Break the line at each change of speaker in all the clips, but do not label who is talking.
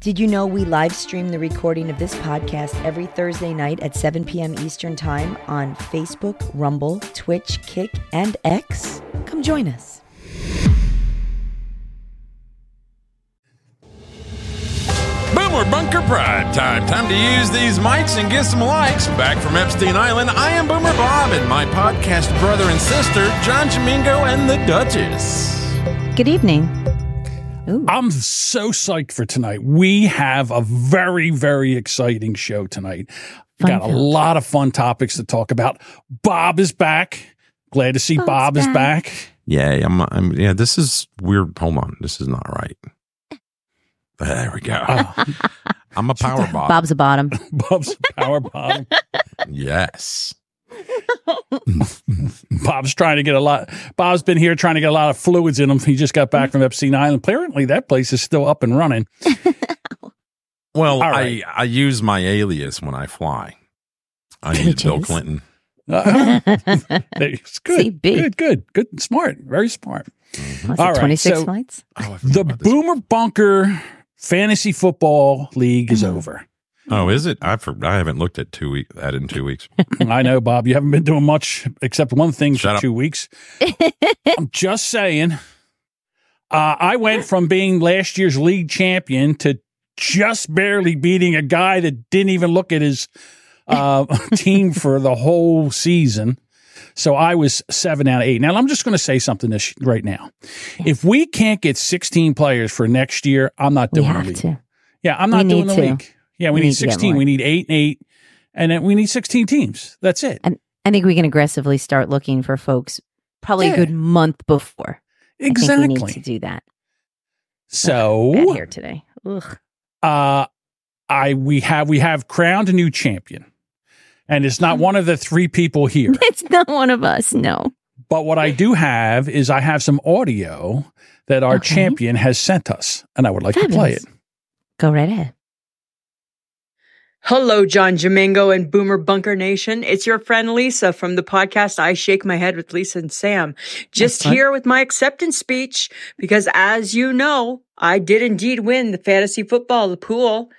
Did you know we live stream the recording of this podcast every Thursday night at 7 p.m. Eastern Time on Facebook, Rumble, Twitch, Kick, and X? Come join us.
Boomer Bunker Pride time. Time to use these mics and get some likes. Back from Epstein Island, I am Boomer Bob and my podcast brother and sister, John Domingo and the Duchess.
Good evening.
I'm so psyched for tonight. We have a very, very exciting show tonight.
Fun
Got a
fact.
lot of fun topics to talk about. Bob is back. Glad to see
Bob's
Bob is
back.
back.
Yay, I'm, I'm yeah, this is weird. Hold on. This is not right. There we go.
Oh,
I'm a power bot.
Bob's a bottom.
Bob's a power bottom.
Yes.
Bob's trying to get a lot. Bob's been here trying to get a lot of fluids in him. He just got
Mm-hmm.
back from Epstein Island. Apparently, that place is still up and running.
Well,
All right.
I, I use my alias when I fly. I use
Which
Bill
is?
Clinton.
Uh, it's good.
CB.
Good, good, good. and Smart. Very smart.
Mm-hmm. What's
All
it,
right,
26
so-
flights?
Oh, I forgot
The
about this.
Boomer Bunker Fantasy Football League is
Mm-hmm.
over.
Oh, is it? I for, I haven't looked at two week that in two weeks.
I know, Bob. You haven't been doing much except one thing
Shut
for
up.
two weeks. I'm just saying. Uh, I went from being last year's league champion to just barely beating a guy that didn't even look at his uh, team for the whole season. So I was seven out of eight. Now I'm just going to say something this right now. If we can't get 16 players for next year, I'm not
We
doing the
have
league.
to.
Yeah, I'm not
We
doing
need
the
to.
league. Yeah, we,
We
need,
need to get
16.
more.
We need eight and eight. And then we need 16 teams. That's it.
I think we can aggressively start looking for folks probably
Yeah.
a good month before. I think we need to
Exactly.
do that. Bad
So
here today. Ugh.
uh I we have we have crowned a new champion. And it's
Hmm.
not one of the three people here.
It's not one of us. No.
But what I do have is I have some audio that our
Okay.
champion has sent us, and I would like to play
Uh-huh.
it.
Fabulous. Go right ahead.
Hello, John Domingo and Boomer Bunker Nation. It's your friend Lisa from the podcast I Shake My Head with Lisa and Sam. Just here with my acceptance speech because, as you know, I did indeed win the fantasy football, the pool.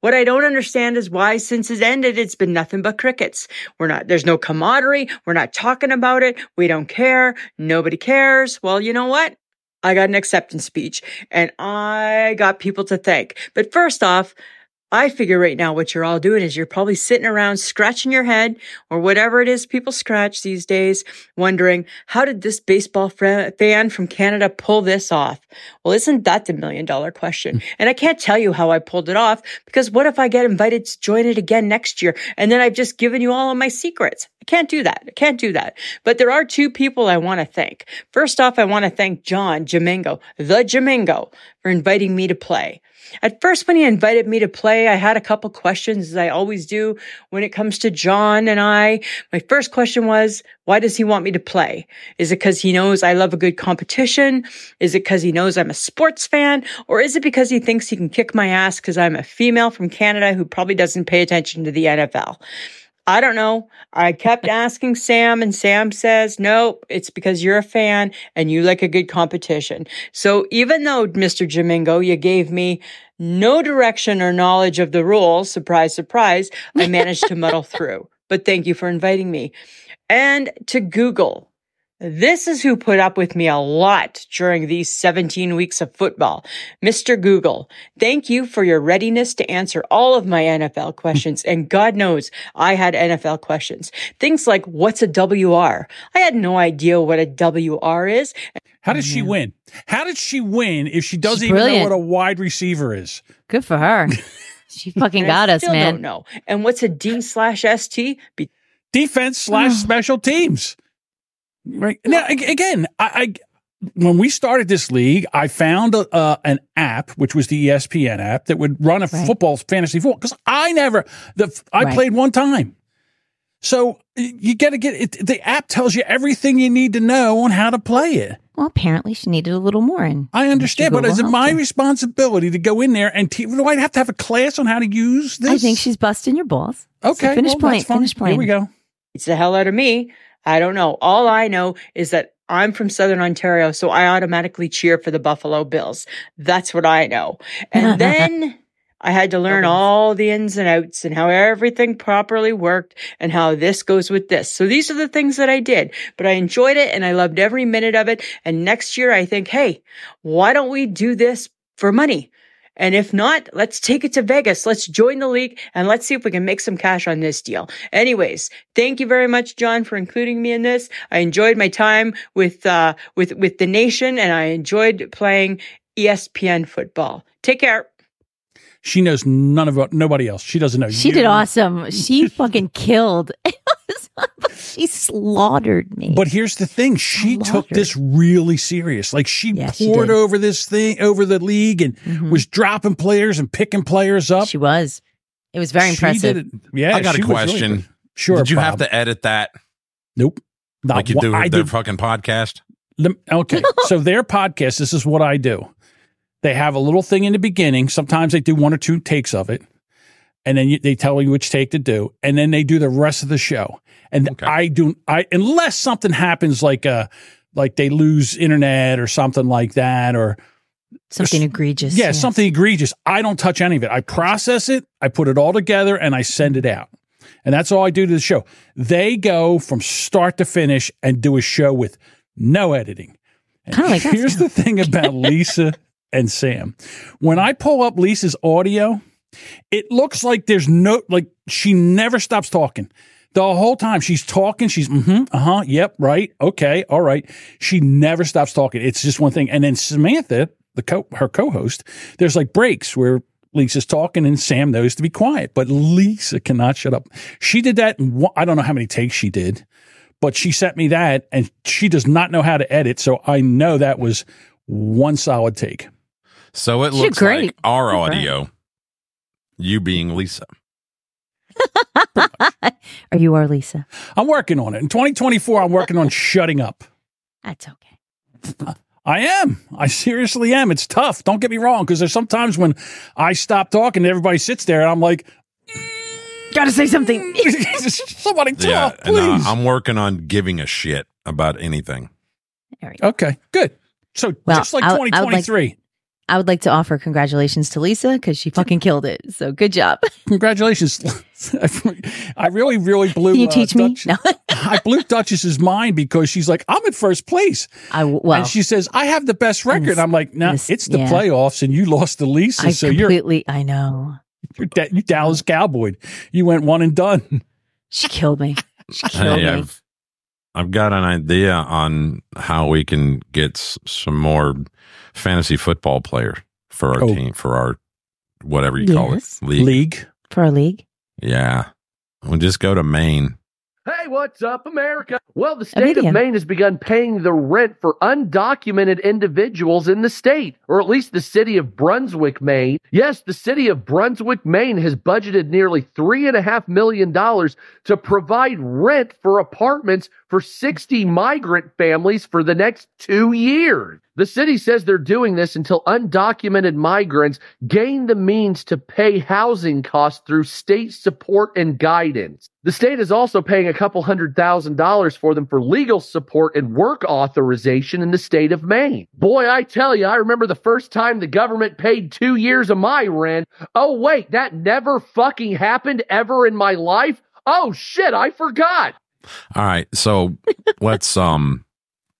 What I don't understand is why, since it ended, it's been nothing but crickets. We're not, there's no camaraderie. We're not talking about it. We don't care. Nobody cares. Well, you know what? I got an acceptance speech and I got people to thank. But first off, I figure right now what you're all doing is you're probably sitting around scratching your head or whatever it is people scratch these days, wondering, how did this baseball fra- fan from Canada pull this off? Well, isn't that the million dollar question? And I can't tell you how I pulled it off because what if I get invited to join it again next year and then I've just given you all of my secrets? I can't do that. I can't do that. But there are two people I want to thank. First off, I want to thank John Jamingo, the Jamingo, for inviting me to play. At first, when he invited me to play, I had a couple questions, as I always do when it comes to John and I. My first question was, why does he want me to play? Is it because he knows I love a good competition? Is it because he knows I'm a sports fan? Or is it because he thinks he can kick my ass because I'm a female from Canada who probably doesn't pay attention to the NFL? I don't know. I kept asking Sam, and Sam says, Nope, it's because you're a fan and you like a good competition. So even though, Mr. Jamingo, you gave me no direction or knowledge of the rules, surprise, surprise, I managed to muddle through. But thank you for inviting me. And to Google. This is who put up with me a lot during these 17 weeks of football. Mr. Google, thank you for your readiness to answer all of my NFL questions. And God knows I had NFL questions. Things like, what's a WR? I had no idea what a WR is.
How did she win? How did she win if she doesn't even know
brilliant.
what a wide receiver is?
Good for her. She fucking
and I
got us,
still Don't
man.
know. And what's a D slash ST? Be-
Defense slash special teams. Right now, ag- again, I, I when we started this league, I found a, uh, an app which was the E ESPN app that would run a
Right.
football fantasy football because I never the f- I
Right.
played one time. So y- you got to get it. The app tells you everything you need to know on how to play it.
Well, apparently she needed a little more. And
I understand,
Mr.
but is it
Google
my
helped her.
responsibility to go in there and te- do I have to have a class on how to use this?
I think she's busting your balls. So
okay.
finish
well,
playing.
that's fine.
Finish playing.
Here we go.
It's the hell out of me. I don't know. All I know is that I'm from Southern Ontario, so I automatically cheer for the Buffalo Bills. That's what I know. And then I had to learn
Okay.
all the ins and outs and how everything properly worked and how this goes with this. So these are the things that I did, but I enjoyed it and I loved every minute of it. And next year I think, hey, why don't we do this for money? And if not, let's take it to Vegas. Let's join the league and let's see if we can make some cash on this deal. Anyways, thank you very much, John, for including me in this. I enjoyed my time with, uh, with, with the nation and I enjoyed playing E ESPN football. Take care.
She knows none of nobody else. She doesn't know.
She
you.
did awesome. She fucking killed. she slaughtered me.
But here's the thing: she
love
took
her.
this really serious. Like she
Yeah, she
poured
did.
over this thing, over the league, and
Mhm.
was dropping players and picking players up.
she was. It was very
She
impressive.
did it- Yeah,
I got a
she was really
question.
good. sure.
Did you have
Bob.
to edit that
Nope. Not
like you
one-
do
I
with the
did
fucking podcast?
Lem- Okay. so their podcast, this is what I do. They have a little thing in the beginning. Sometimes they do one or two takes of it. And then you, they tell you which take to do, and then they do the rest of the show. And
Okay.
I do, I unless something happens like uh like they lose internet or something like that, or
Something egregious.
yeah, something egregious. I don't touch any of it. I process it, I put it all together, and I send it out. And that's all I do to the show. They go from start to finish and do a show with no editing. And
Kinda like us
here's the thing about Lisa and Sam. When I pull up Lisa's audio, it looks like there's no like she never stops talking. The whole time she's talking, she's mm-hmm, uh-huh, yep, right, okay, all right. She never stops talking. It's just one thing. And then Samantha, the co her co-host, there's like breaks where Lisa's talking and Sam knows to be quiet, but Lisa cannot shut up. She did that. In one, I don't know how many takes she did, but she sent me that, and she does not know how to edit, so I know that was one solid take.
So it
She did
looks like
great.
our
She did great.
audio, you being Lisa.
Or you are Lisa.
I'm working on it. In 2024, I'm working on shutting up.
That's okay.
I am. I seriously am. It's tough. Don't get me wrong, because there's sometimes when I stop talking, and everybody sits there, and I'm like,
Gotta say something.
somebody talk,
yeah, and uh,
please.
I, I'm working on giving a shit about anything.
There we go.
okay, good. So
Well,
just like
I- I would like-
2023.
I would like to offer congratulations to Lisa because she fucking killed it. So good job.
Congratulations. I really, really blew.
Can you
uh,
teach me?
Duchess-
No,
I blew Duchess's mind because she's like, I'm in first place.
I w- well,
and she says, I have the best record.
this-
I'm like, nah,
this-
it's the
yeah.
playoffs and you lost to Lisa.
I
so you're,
completely. I know
you're, da- you Dallas Cowboy. You went one and done.
she killed me. She killed
Hey,
me.
I've I've got an idea on how we can get s- some more fantasy football player for our
Oh.
team for our whatever you call it
Yes.
league.
League.
For our league,
Yeah, we'll just go to Maine.
Hey, what's up, America? Well, the state
Immediate.
of Maine has begun paying the rent for undocumented individuals in the state, or at least the city of Brunswick, Maine. Yes, the city of Brunswick, Maine has budgeted nearly $3.5 million to provide rent for apartments for 60 migrant families for the next two years. The city says they're doing this until undocumented migrants gain the means to pay housing costs through state support and guidance. The state is also paying a couple hundred thousand dollars for them for legal support and work authorization in the state of Maine. Boy, I tell you, I remember the first time the government paid two years of my rent. Oh, wait, that never fucking happened ever in my life. Oh shit, I forgot.
All right, so let's um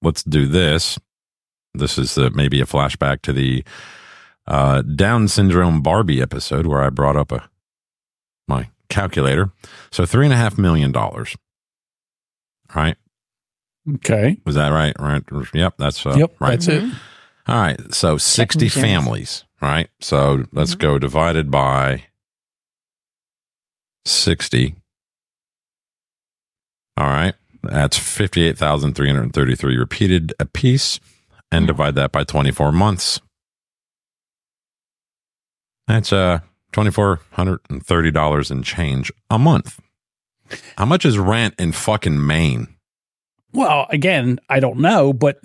let's do this. This is the, maybe a flashback to the uh, Down syndrome Barbie episode where I brought up a my calculator. So three and a half million dollars. All right.
Okay.
Was that right? Right. Yep. That's uh,
yep.
right.
That's it.
All right. So
Checking
60
germs.
families. All right. So let's go divided by 60. All right. That's 58,333 repeated a piece and divide that by 24 months. That's uh $2430 and change a month. How much is rent in fucking Maine?
Well, again, I don't know, but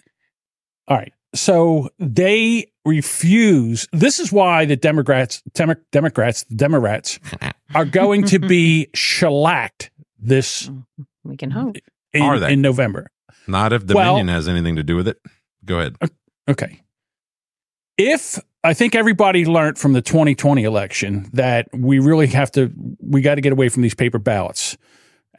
all right. So they refuse. This is why the Democrats, Demo- Democrats, Democrats are going to be shellacked this
we can hope.
in,
Are they?
in November.
Not if
Well- uh,
Dominion has anything to do with it. Go ahead.
Okay. if I think everybody learned from the 2020 election that we really have to, we got to get away from these paper ballots.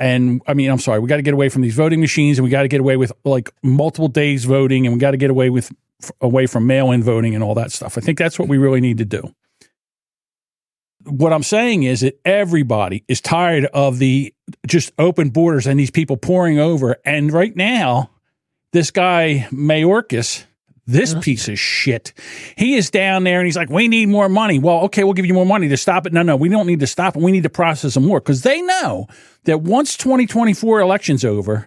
And I mean, I'm sorry, we got to get away from these voting machines and we got to get away with like multiple days voting and we got to get away with f- away from mail in voting and all that stuff. I think that's what we really need to do. What I'm saying is that everybody is tired of the just open borders and these people pouring over. And right now, this guy, Mayorkas, this piece of shit. He is down there and he's like, we need more money. Well, okay, we'll give you more money to stop it. No, no, we don't need to stop it. We need to process them more because they know that once 2024 election's over,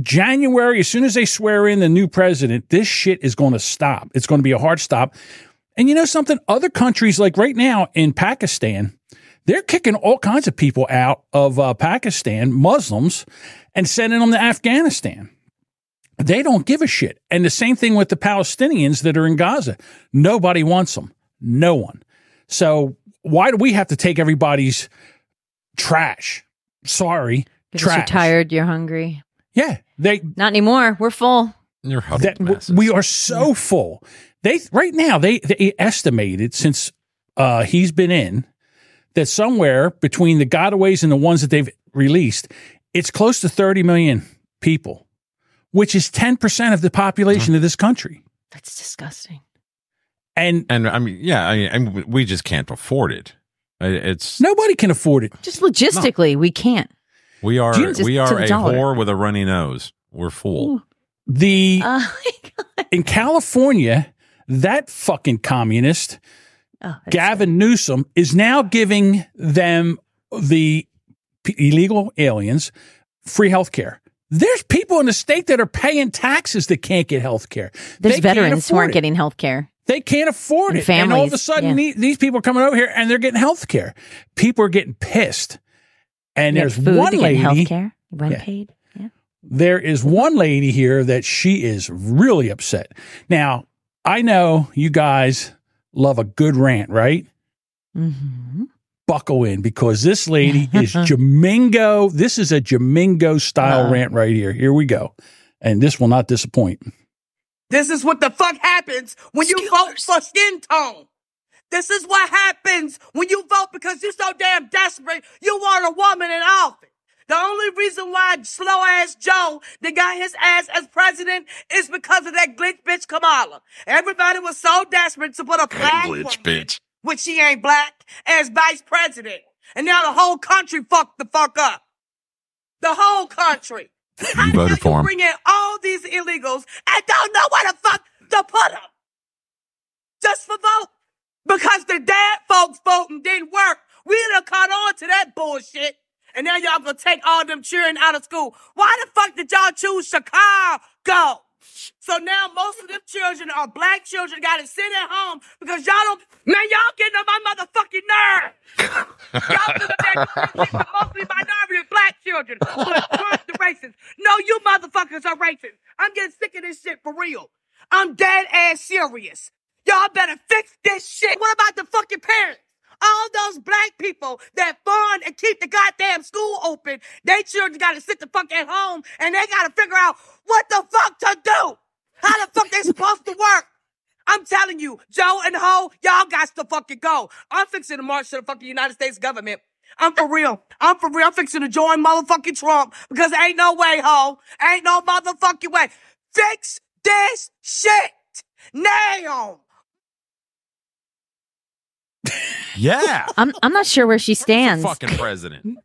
January, as soon as they swear in the new president, this shit is going to stop. It's going to be a hard stop. And you know something? Other countries, like right now in Pakistan, they're kicking all kinds of people out of uh, Pakistan, Muslims, and sending them to Afghanistan they don't give a shit. And the same thing with the Palestinians that are in Gaza. Nobody wants them. No one. So why do we have to take everybody's trash? Sorry,
Because
trash.
you're tired, you're hungry.
Yeah, they.
Not anymore. We're full.
You're huddled
That, w-
masses.
we are so full. They right now they they estimated since uh, he's been in that somewhere between the gotaways and the ones that they've released, it's close to 30 million people, which is 10% of the
Mm-hmm.
population of this country.
That's disgusting.
And
and I mean, yeah, I mean, and we just can't afford it. I- It's
Nobody can afford it.
Just logistically, we can't.
we are
Jesus,
we
to
are
the
a
dollar.
whore with a runny nose. We're full.
The
Oh my
in California, that fucking communist
God. Oh, that's-
Gavin Newsom is now giving them the p- illegal aliens free health care. There's people in the state that are paying taxes that can't get health care.
There's veterans who aren't getting health care.
They can't afford
And
it. and all of a
families,
sudden,
yeah.
the- these people are coming over here and they're getting health care. People are getting pissed. And there's one lady.
health care. Rent
Yeah.
paid. Yeah.
there is one lady here that she is really upset. Now, I know you guys love a good rant, right?
Mm-hmm.
Buckle in because this lady is Jamingo. This is a Jamingo style
Love.
rant right here. Here we go. And this will not disappoint.
This is what the fuck happens when you vote for skin tone. This is what happens when you vote because you're so damn desperate. You want a woman in office. The only reason why slow ass Joe that got his ass as president is because of that glitch bitch Kamala. Everybody was so desperate to put a black woman, which she ain't black, as vice president. And now the whole country fucked the fuck up. The whole country. How
You
the hell
voted for him.
Bring in all these illegals and don't know where the fuck to put them. Just for vote. Because the dad folks voting didn't work. We done caught on to that bullshit. And now y'all gonna take all them children out of school. Why the fuck did y'all choose Chicago? So now most of them children are black children gotta sit at home because y'all don't, man, y'all getting on my motherfucking nerve. Y'all been back with mostly minority and black children. But first the racists. No, you motherfuckers are racist. I'm getting sick of this shit for real. I'm dead ass serious. Y'all better fix this shit. What about the fucking parents? All those black people that fund and keep the goddamn school open, they children gotta sit the fuck at home and they gotta figure out what the fuck to do. How the fuck they supposed to work? I'm telling you, Joe and Ho, y'all got to fucking go. I'm fixing to march to the fucking United States government. I'm for real. I'm for real. I'm fixing to join motherfucking Trump because ain't no way, Ho. Ain't no motherfucking way. Fix this shit now.
Yeah,
I'm I'm not sure where she stands.
fucking president.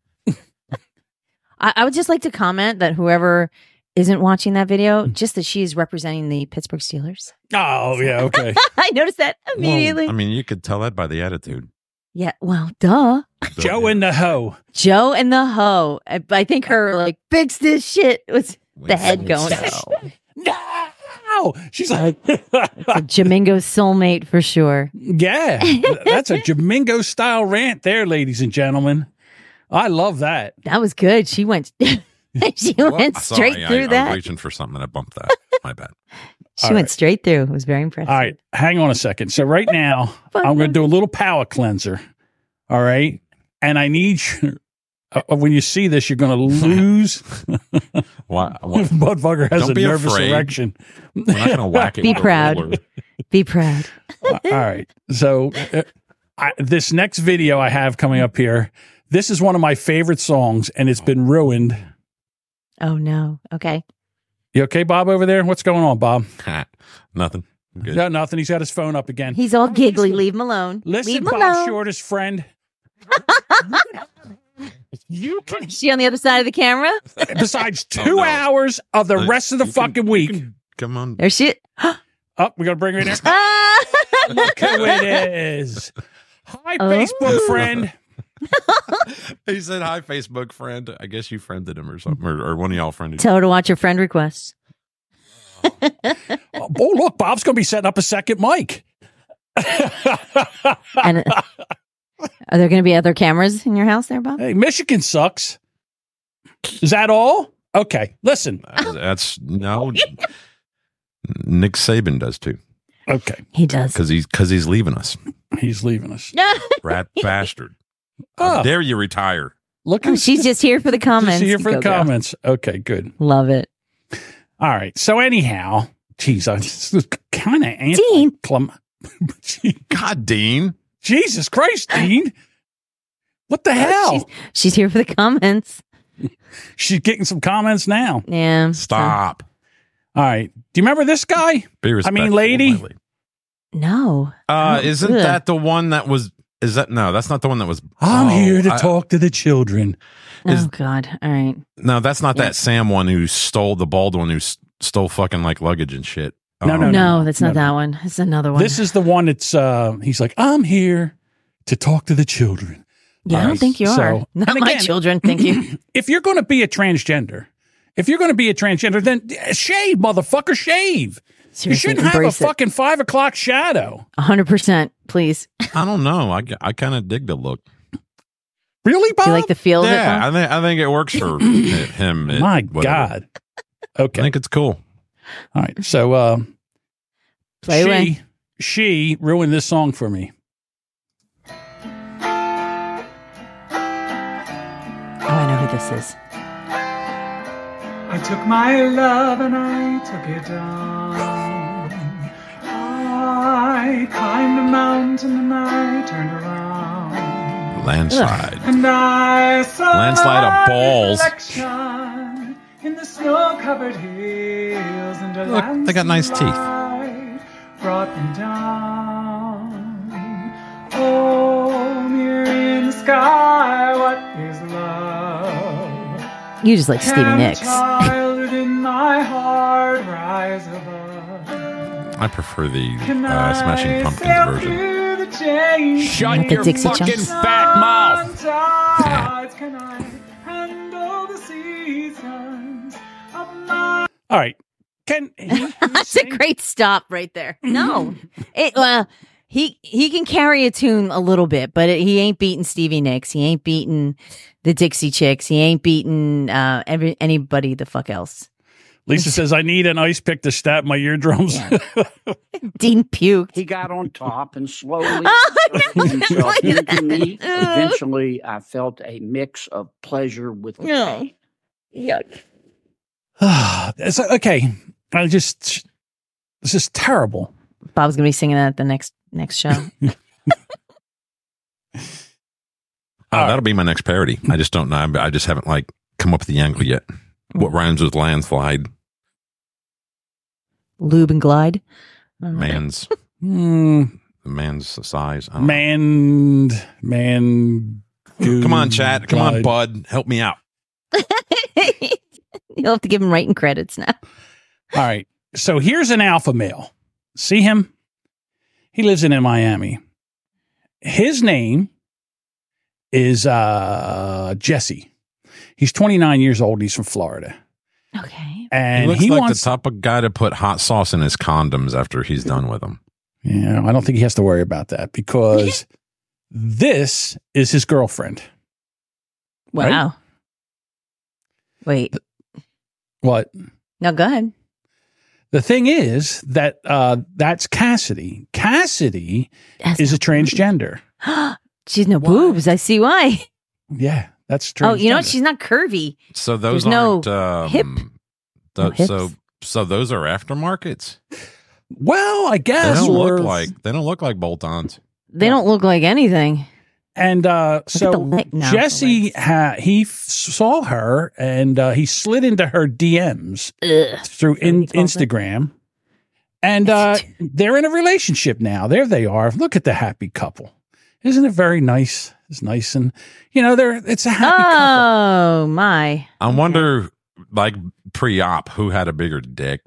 I, I would just like to comment that whoever isn't watching that
Mm.
video, just that she is representing the Pittsburgh Steelers.
Oh, yeah. Okay.
I noticed that immediately.
Well, I mean, you could tell that by the attitude.
yeah. Well, duh.
Joe and the hoe.
Joe and the hoe. I, I think her like fix this shit was
Wait,
the head
wait,
going.
wait.
No. She's like,
A Jamingo soulmate for sure.
yeah, that's a Jamingo style rant there, ladies and gentlemen. I love that.
That was good. She went. she
Well,
went straight
sorry,
through
I,
that.
I'm reaching for something and I bumped that. My bad.
she
All
went
right.
straight through. It was very impressive.
All right, hang on a second. So right now,
But-
I'm going to do a little power cleanser. All right, and I need you, uh, when you see this, you're going to lose.
Why, why,
if Mudfucker has
Don't
a
be
nervous
afraid.
erection.
we're not going to whack it.
Be
with a
proud.
ruler.
Be proud.
Uh, all right. So uh, I, this next video I have coming up here, this is one of my favorite songs, and it's been ruined.
Oh no. Okay.
You okay, Bob, over there? What's going on, Bob?
Ha, Nothing. I'm Good.
No, nothing. He's got his phone up again.
He's all giggly. Leave him alone. Leave
Listen,
him
Bob's
alone.
shortest friend. you can,
Is she on the other side of the camera?
besides two
Oh, no.
hours of the
Uh,
rest of the
you can-
fucking
you
week.
can Come on.
There she.
Oh, we got to bring her in there.
Ah!
Look who it is. Hi,
Oh.
Facebook friend.
He said, "Hi, Facebook friend. I guess you friended him or something, or, or one of y'all friended." him.
Tell her to watch her friend requests.
Oh, look, Bob's going to be setting up a second mic.
And are there going to be other cameras in your house, there, Bob?
Hey, Michigan sucks. Is that all? Okay, listen.
That's- Uh, That's no. Nick Saban does too,
Okay,
He does.
because he's because he's leaving us.
he's leaving us.
Rat bastard! How
Oh,
dare you retire?
look,
Oh,
who's
she's just here for the comments.
just here for the
Go, girl.
comments. Okay, good.
Love it.
All right. So anyhow, geez, I kind of
Dean.
God, Dean.
Jesus Christ, Dean. What the hell?
She's here for the comments.
She's, getting some comments now.
Yeah. so-
Stop.
All right. Do you remember this guy?
Be respectful.
lady.
my
No.
Uh,
Oh,
isn't
ugh.
that the one that was? Is that no? That's not the one that was.
I'm
oh,
here to
I-
talk to the children.
Is-
oh God. All right.
No, that's not
Yeah.
that Sam one who stole the bald one who s- stole fucking like luggage and shit.
No,
Um,
no,
No, that's not
no,
that
no.
one. It's another one.
This is the one that's uh he's like, I'm here to talk to the children.
yeah, I don't
Alright,
think you
so-
are. Not
and
my
again-
children. Thank you.
If you're gonna be a transgender, if you're gonna be a transgender, then shave, motherfucker, shave.
Seriously,
you shouldn't have a
embrace it.
fucking five o'clock shadow.
100%. Please.
I don't know. I, I kind of dig the look.
Really, Bob?
Do you like the feel of it?
yeah,
Bob?
I think I think it works for hi- him. It-
My
whatever.
God.
I
Okay.
think it's cool.
All right. So um
Play
she,
away.
she ruined this song for me.
Oh, I know who this is.
I took my love and I took it down. I climbed a mountain and I turned around.
Landslide.
And I saw
Landslide of
my
balls.
reflection in the snow-covered hills and a
Look, they got nice teeth.
landslide Brought me down. Oh, near in the sky, what is love?
You just like Stevie
Can a
Nicks.
Child in my heart rise above.
I prefer the
Can
uh, Smashing
I
Pumpkins
sail
version.
through the change?
Not the Dixie Chicks.
Sometimes Can I handle the seasons of my
All right. Can he
That's a great stop right there. No. It well, he he can carry a tune a little bit, but it, he ain't beating Stevie Nicks. He ain't beating the Dixie Chicks. He ain't beating uh every, anybody the fuck else.
Lisa says I need an ice pick to stab my eardrums.
Dean puked.
He got on top and slowly
Oh, I know.
turned himself
Like that.
into me.
Ew.
Eventually, I felt a mix of pleasure with
No.
pain.
Yuck.
It's like, okay. I just this is terrible.
Bob's gonna be singing that at the next next show.
Oh, that'll be my next parody. I just don't know. I'm- I just haven't like come up with the angle yet. What rhymes with landslide?
Lube and glide.
Man's
Hmm.
man's size. I don't know.
Man, man.
Come on, chat. Come on, bud. Help me out.
You'll have to give him writing credits now.
All right. So here's an alpha male. See him? He lives in, in Miami. His name is uh, Jesse. He's 29 years old. He's from Florida.
Okay.
And
he looks
he,
like
wants.
the type of guy to put hot sauce in his condoms after he's done with them.
yeah, I don't think he has to worry about that because this is his girlfriend. Right?
Wow. Wait.
What?
No, go ahead.
The thing is that uh, that's Cassidy. Cassidy
That's
is a transgender.
She's no boobs. I see why.
Yeah, That's true.
Oh, you know what? She's not curvy.
So those
There's no
aren't um,
hip.
tho-
No hips.
so so those are aftermarkets.
well, I
They
guess.
don't
or-
look like they don't look like bolt-ons.
They don't look like anything.
And uh,
the
so
leg- no, the
Jesse,
legs.
ha- he f- saw her and uh, he slid into her DMs
Ugh.
through
what
in-
he calls it.
Instagram. And uh, they're in a relationship now. There they are. Look at the happy couple. Isn't it very nice? It's nice and you know they're it's a happy couple.
Oh my!
I wonder, like pre-op, who had a bigger dick?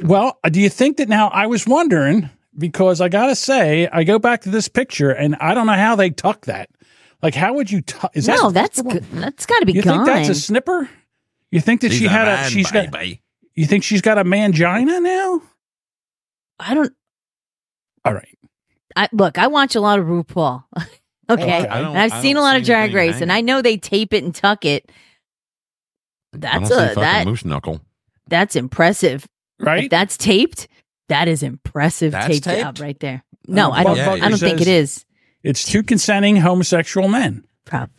Well, uh, do you think that now I was wondering because I got to say I go back to this picture and I don't know how they tuck that. Like how would you tuck is
no,
that
that's good. that's got to be
You
gone.
think that's a snipper? You think that she
She's
had a
man,
she's got
baby.
you think she's got a mangina now?
I don't.
All right.
I look. I watch a lot of RuPaul. okay,
Okay. I
don't-
and I've
I
seen a
don't
lot
see
of Drag
anything
Race, and
hanging.
I know they tape it and tuck it.
I don't
That's
see
a
fucking
that
moose knuckle.
that's impressive.
Right?
If that's taped, that is impressive
That's
taped,
taped?
job right there. No,
Uh,
I
Bob
don't.
Barker
I don't think it is.
it's two consenting homosexual men.
Prob-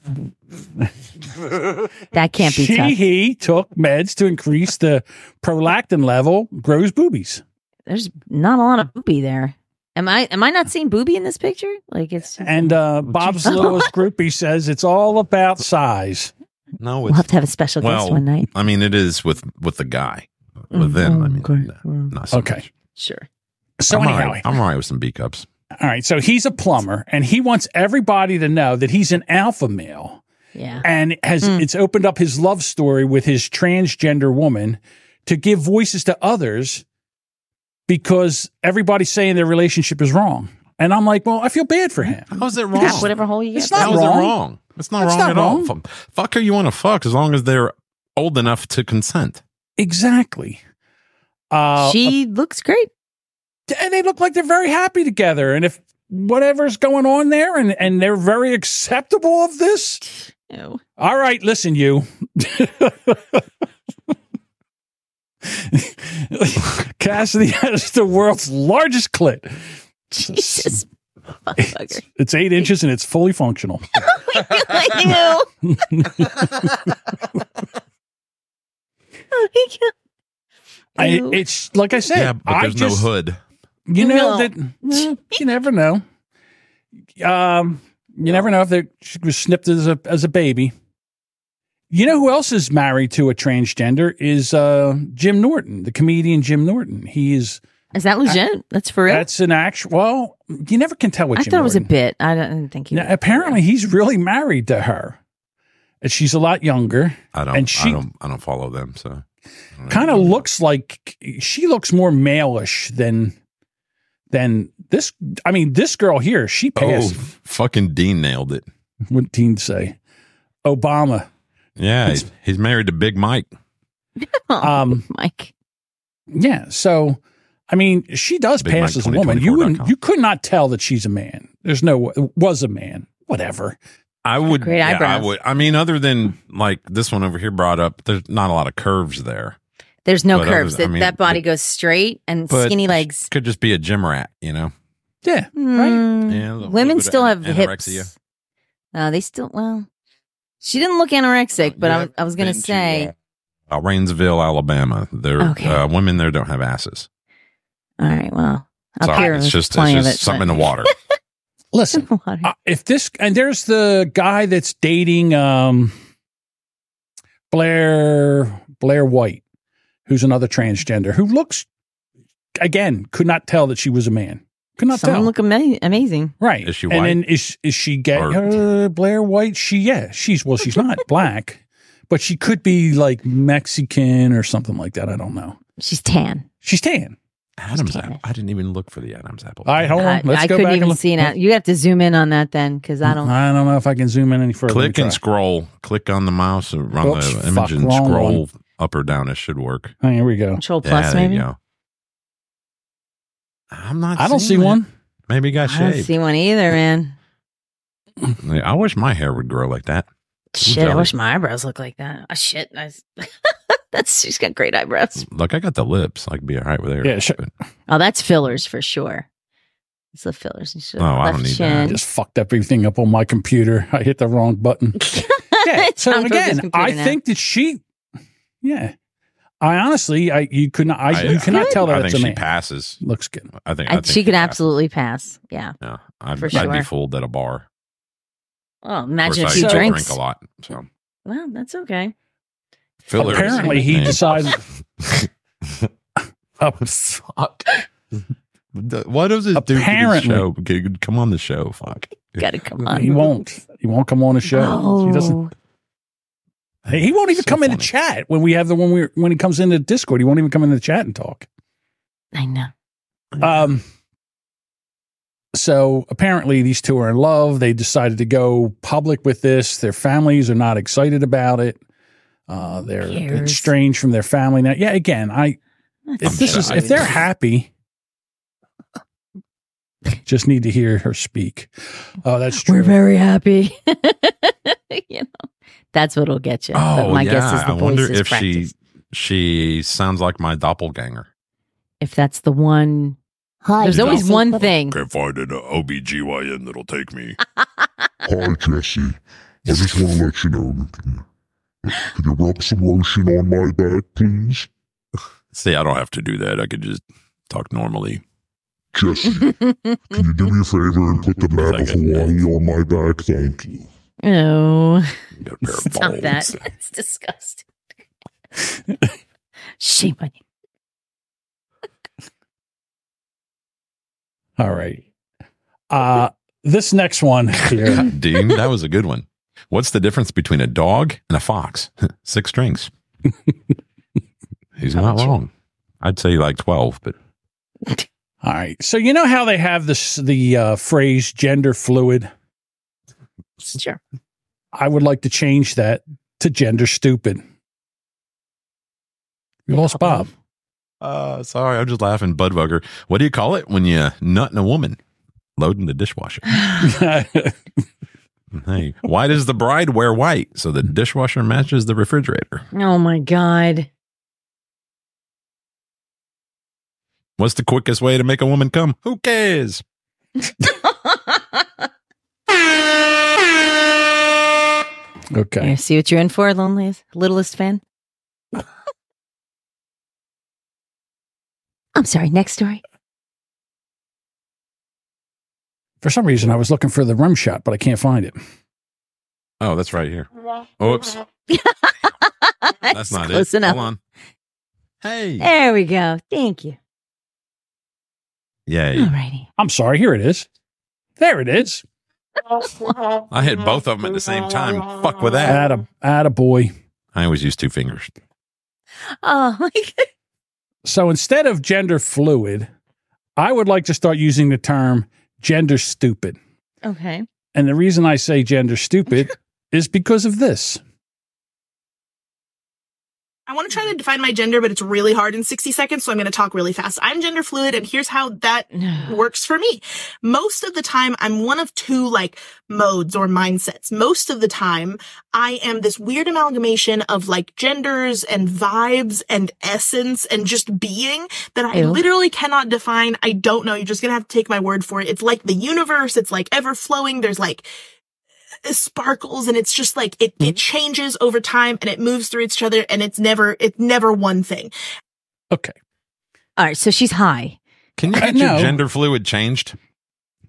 that can't be
she,
tough.
he took meds to increase the prolactin level, grows boobies.
There's not a lot of booby there. Am I? Am I not seeing booby in this picture? Like it's.
And uh, Bob's littlest groupie says it's all about size.
No,
We'll
it's.
have to have a special
well,
guest one night. Mm-hmm. Oh,
I mean, it is with with the guy, with them. I mean, no,
Mm.
not so
Okay.
much.
Sure.
So,
I'm all
anyhow,
right. I'm all right with some B cups.
all right. So, he's a plumber and he wants everybody to know that he's an alpha male.
Yeah.
and has
Mm.
it's opened up his love story with his transgender woman to give voices to others because everybody's saying their relationship is wrong. And I'm like, well, I feel bad for him.
How's it wrong?
Just whatever hole you
It's
get.
not
How is
wrong.
it wrong? It's not
It's
wrong
not
at all.
wrong.
F- Fuck who you want to fuck as long as they're old enough to consent.
Exactly. Uh,
she looks great.
and they look like they're very happy together. And if whatever's going on there and, and they're very acceptable of this,
No.
All right, listen, you. Cassidy has the world's largest clit.
Jesus. Motherfucker.
It's eight inches and it's fully functional.
Oh I knew. Oh, he can't-
I,
Ew.
it's like I said,
yeah, but
I
there's
just,
no hood.
you
No.
know that mm, you never know. Um, you never know if they she was snipped as a as a baby. You know who else is married to a transgender is uh, Jim Norton, the comedian Jim Norton. He is
Oh, Is that legit? That's for real.
That's an actual. Well, you never can tell what
I
Jim
thought it was a
Norton-
bit. I don't I didn't think he.
Now,
was-
apparently, he's really married to her, and she's a lot younger.
I don't.
And she-
I don't. I don't follow them. So I don't
Kind of
know.
looks like she looks more maleish than than this. I mean, this girl here, she
Oh,
passed.
fucking Dean nailed it.
What Dean say? Obama.
Yeah, he's, he's married to Big Mike.
Oh,
Um,
Mike.
yeah. So, I mean, she does
Big
pass
Mike
as a woman.
2024.com.
You wouldn't. You could not tell that she's a man. There's no wa- was a man. Whatever.
I would.
Great
yeah, I
eyebrows.
would. I mean, other than like this one over here brought up, there's not a lot of curves there.
There's no
But
curves.
others- I
that,
mean,
that body
but-
goes straight and
But
skinny legs.
Could just be a gym rat, you know.
Yeah.
Mm,
Yeah, a little
Women
bit of
still have
an-
hips. Uh, they still well. She didn't look anorexic, but
You
I, was-
haven't
I was gonna
been to,
say.
uh, Rainsville, Alabama. There,
Okay.
uh, women there don't have asses.
all right, well, up
Sorry,
here
it's
there's
just it's
plenty
just
of it,
something
but-
in the water.
Listen.
in the water.
Uh, if this and there's the guy that's dating um Blair Blair White, who's another transgender who looks again could not tell that she was a man. Could not
Some
tell.
look ama- amazing.
right.
Is she
And
white?
then is is she gay?
Or-
Uh, Blair White. She yeah. She's well. She's not black, but she could be like Mexican or something like that. I don't know.
She's tan.
She's tan.
Adam's
kidding.
apple. I didn't even look for the Adam's apple.
All right, hold on.
I,
oh, Let's
I
go
couldn't
back and
even
look-
see an ad- You have to zoom in on that then, because I don't.
I don't know if I can zoom in any further. Let me
Click and
try.
scroll. Click on the mouse or on
Oops,
the image
fuck,
and
wrong
scroll
one.
up or down. It should work.
Oh, here we go.
Control
Yeah,
plus,
there you
maybe.
go. I'm not.
I don't see
seeing it.
one.
Maybe he got
I don't
shaved.
see one either, man.
Yeah, I wish my hair would grow like that.
Shit, I
jealous.
wish my eyebrows looked like that. Oh, shit, I, that's she's got great
Mm.
eyebrows.
Look, I got the lips. I could be all right with hair.
Yeah, sure.
But
Oh, that's fillers for sure. Lip fillers and shit.
Oh, I don't
Left
need
I
that.
chin.
just fucked up everything up on my computer. I hit the wrong button. Yeah.
I'm
So
broke as
again,
computer
I
now.
think that she. Yeah. I honestly, I you could not, I, you cannot tell
I
that it's
think
a
she
man.
passes.
Looks good.
I think, I
I-
think
she could
passes.
absolutely pass. Yeah.
Yeah, I'd,
For
I'd be
sure.
fooled at a bar.
Well,
Of
imagine a
course,
few
I
used to
drinks.
drink a lot. So
Well, that's okay.
Filler is her
Apparently, he
nickname.
decided. Up.
Oh, Fuck. The- Why does this dude
Apparently.
get his show? get- Come on the show. Fuck.
Gotta come
He
on.
won't. He won't come on the show.
Oh,
He doesn't. He won't even
So
come in
funny.
the chat when we have the when we when he comes into Discord. He won't even come in the chat and talk.
I know.
Um. So apparently, these two are in love. They decided to go public with this. Their families are not excited about it. Uh, they're
Who cares?
estranged from their family now. Yeah, again, I
That's-
if this is if they're happy, just need to hear her speak. Oh, that's true.
We're very happy. you know, that's what'll get you. but
Oh,
my
yeah.
guess is the
I wonder
voices
if she
practice.
she sounds like my doppelganger.
if that's the one. There's always one thing.
Can't find an OBGYN that'll take me.
Hi, Jesse. I just want to let you know. you Can, can you rub some lotion on my back, please?
See, I don't have to do that. I could just talk normally.
Jesse, can you do me a favor and put the map of Hawaii on my back? Thank you.
oh,
Got a pair of
stop
balls.
that. It's disgusting. Shame on you.
All right. Uh this next one here.
God, Dean, that was a good one. What's the difference between a dog and a fox? Six strings. He's not wrong. I'd say like 12, but
All right. So you know how they have this the uh, phrase gender fluid.
Sure.
I would like to change that to gender stupid. You lost Bob.
Uh, sorry, I'm just laughing, Budwugger. What do you call it when you nutting a woman? Loading the dishwasher. hey, why does the bride wear white? So the dishwasher matches the refrigerator.
Oh my god.
What's the quickest way to make a woman come? Who cares?
okay.
You see what you're in for, loneliest, littlest fan. I'm sorry. Next story.
For some reason I was looking for the rim shot, but I can't find it.
Oh, that's right here. Oops, that's not
Close
it.
enough.
Hold on. Hey.
There we go. Thank you.
Yay.
Alrighty.
I'm sorry, here it is. There it is.
Oh
I hit both of them at the same time. Fuck with that.
At a at a boy.
I always use two fingers.
Oh my god.
So instead of gender fluid, I would like to start using the term gender stupid.
Okay.
And the reason I say gender stupid is because of this.
I want to try to define my gender, but it's really hard in 60 seconds, so I'm going to talk really fast. I'm gender fluid, and here's how that works for me. Most of the time, I'm one of two like modes or mindsets. Most of the time, I am this weird amalgamation of like genders and vibes and essence and just being that I
Ew.
literally cannot define. I don't know. You're just going to have to take my word for it. It's like the universe. It's like ever flowing. There's like uh, sparkles and it's just like it, it changes over time and it moves through each other and it's never it's never one thing
Okay.
All right. So she's high
Can you
Uh,
get your
no.
gender fluid changed?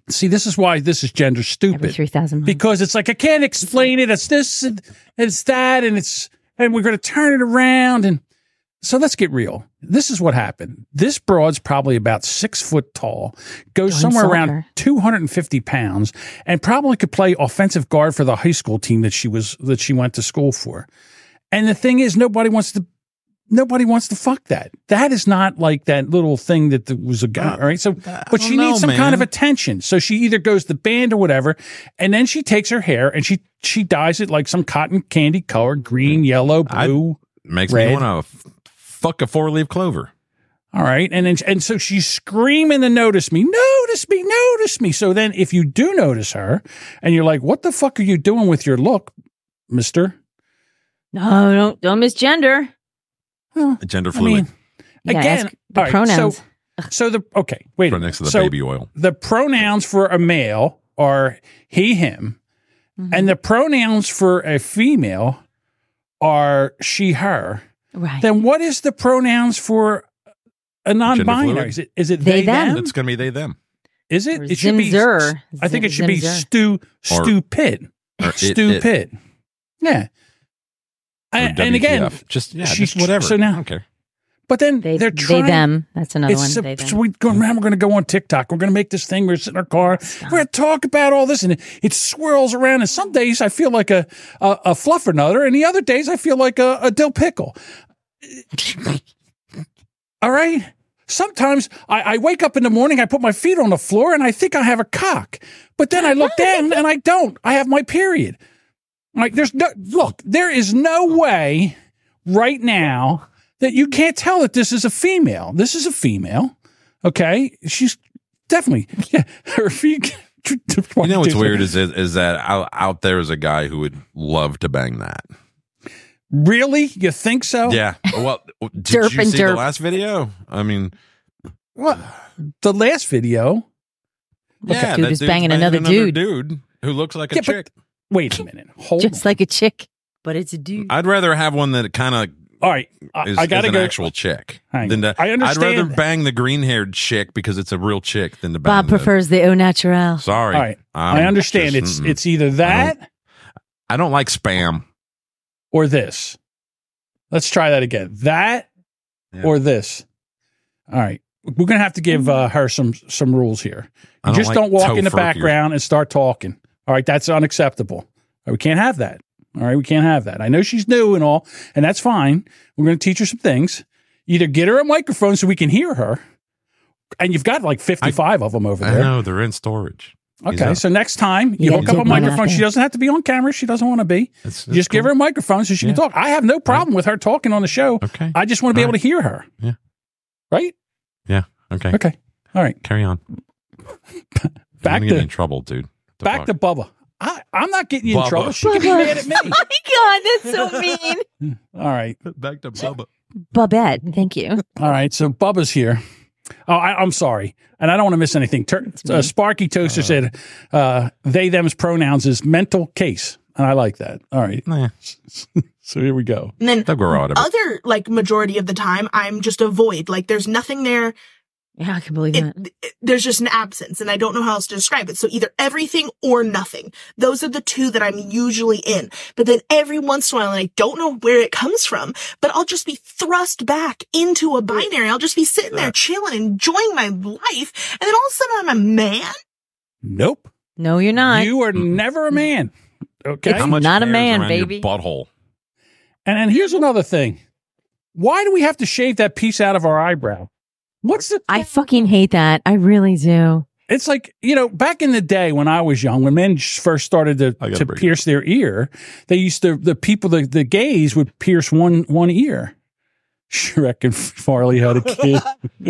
See, this is why this is gender
every
stupid.
three thousand.
Because it's like I can't explain it. It's this and it's that and it's and we're gonna turn it around and so let's get real. This is what happened. This broad's probably about six foot tall, goes
Join
somewhere around
soccer.
250 pounds, and probably could play offensive guard for the high school team that she was that she went to school for. And the thing is, nobody wants to nobody wants to fuck that. That is not like that little thing that th- was a guy, all right? So, but she
don't
needs
know,
some kind of
man.
attention. So she either goes the band or whatever, and then she takes her hair and she she dyes it like some cotton candy color, green, yellow,
I-
blue.
Makes
Red.
me want to fuck a four leaf clover.
all right, and then, and so she's screaming to notice me, notice me, notice me. So then, if you do notice her, and you're like, "What the fuck are you doing with your look, Mister?"
No, don't don't misgender.
Gender
I
fluid.
mean,
You gotta
Again,
ask the
all right, so-
pronouns.
So the okay, wait.
Right next to the
So
baby oil.
The pronouns for a male are he, him, and the pronouns for a female are she, her.
Right.
Then what is the pronouns for a non-binary? Is it is it they, them?
It's going to be they them.
Is it?
Or
It should be.
zimzer.
I think it should be
Zimzer.
stu
Or-
stupid.
or it-
Stupid. Yeah. And, and again,
WTF. Just- yeah,
she's-
just whatever.
So now,
I don't care.
but then they, are
they,
trying.
them. That's another one.
so-
They, them.
so we go, man, we're going to go on TikTok. We're going to make this thing. We're sitting in our car. We're going to talk about all this, and it, it swirls around. And some days I feel like a a, a fluffernutter, and the other days I feel like a, a dill pickle. all right. Sometimes I, I wake up in the morning, I put my feet on the floor, and I think I have a cock. But then I look down, and I don't. I have my period. Like there's no look, there is no way right now that you can't tell that this is a female. This is a female. Okay? She's definitely yeah, her feet
You know what's weird is is that out, out there is a guy who would love to bang that.
Really? You think so?
Yeah. Well, did
Derp
you
and
see the
derp.
last video? I mean,
What? The last video.
yeah,
Dude
that
is
dude's
banging another
dude. who looks like a
Yeah, but-
chick.
Wait a minute. Hold
Just like a chick, but it's a dude.
I'd rather have one that kind of
all right. I-
is,
I
is
gotta
an
go-
actual chick.
Hang
than to-
I understand
I'd rather
that.
bang the green haired chick because it's a real chick than to bang.
Bob
the-
prefers the au naturel.
Sorry.
All right.
I'm
i understand
just-
it's
mm-mm.
it's either that
I don't like spam.
or this. Let's try that again. That or this. All right. We're gonna have to give uh, her some some rules here.
I don't
just
like
don't walk in the
tofurkey or-
background and start talking. All right, that's unacceptable. All right, we can't have that. All right, we can't have that. I know she's new and all, and that's fine. We're gonna teach her some things. Either get her a microphone so we can hear her, and you've got like fifty five of them over
I
there.
know they're in storage. He's
Okay,
out.
so next time you
Yeah,
hook
take
up a
one out
microphone, she
there.
doesn't have to be on camera. She doesn't want to be.
That's-
You just give her a microphone so she can talk. I have no problem with her talking on the show.
Okay,
I just want to be able to hear her.
Yeah.
Right.
yeah. Okay.
Okay. All right.
Carry on.
Back
to get
to-
me in trouble, dude. The
Back
fuck?
to Bubba. I, I'm not getting you in
Bubba.
trouble. She can be
Bubba.
mad at me.
Oh my god, that's so mean.
All right.
Back to Bubba.
Babette, thank you.
All right. So Bubba's here. Oh, I, I'm sorry, and I don't want to miss anything. Tur- uh, Sparky Toaster said, uh, "They them's pronouns is mental case," and I like that. All right. so here we go.
And then
They'll grow out of it.
Other like majority of the time, I'm just a void. Like there's nothing there.
Yeah, I can believe
it, it- There's just an absence, and I don't know how else to describe it. So either everything or nothing. Those are the two that I'm usually in. But then every once in a while, and I don't know where it comes from, but I'll just be thrust back into a binary. I'll just be sitting there chilling, enjoying my life, and then all of a sudden I'm a man.
Nope.
No, you're not.
You are never a man. Okay.
It's How much not a hair's man, around your baby.
butthole.
And and here's another thing. Why do we have to shave that piece out of our eyebrow? What's the
I fucking hate that. I really do.
It's like, you know, back in the day when I was young, when men sh- first started to,
gotta
to
break it.
pierce their ear, they used to, the people, the, the gays would pierce one one ear. Shrek and Farley had a kid.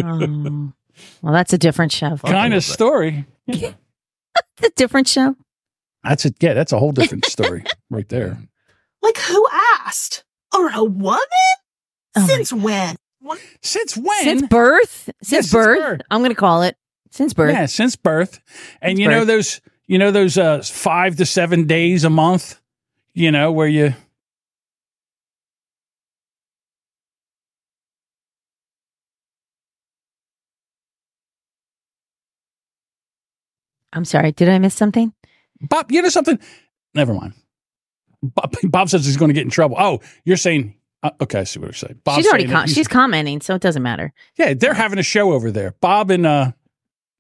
Oh. Well, that's a different show.
kind of story.
It's a different show.
That's a, yeah, that's a whole different story right there.
Like who asked? Or a woman? Since when?
Oh Since when?
Since birth. Since
since
birth.
birth.
I'm gonna call it. Since birth.
Yeah, since birth. And
Since
you know
birth.
those you know those uh five to seven days a month, you know, where you
I'm sorry. Did I miss something?
Bob, you know something? Never mind. Bob, Bob says he's going to get in trouble. Oh, you're saying uh, okay? I see what you're saying. Bob's
she's already
saying that
com-
he's-
she's commenting, so it doesn't matter.
yeah. They're having a show over there. Bob and uh,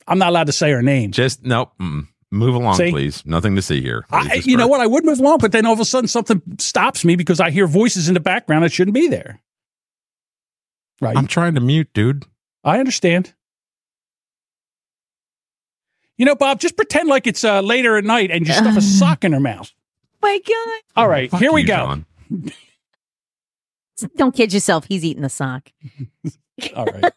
I'm not allowed to say her name.
Just nope. Mm. Move along,
See?
please. Nothing to see here.
I, you know what? I would move along, but then all of a sudden something stops me because I hear voices in the background that shouldn't be there. Right.
I'm trying to mute, dude.
I understand. You know, Bob, just pretend like it's uh, later at night and you stuff a sock in her mouth.
My God.
All right, here we
you,
go.
John.
Don't kid yourself. He's eating the sock.
All right.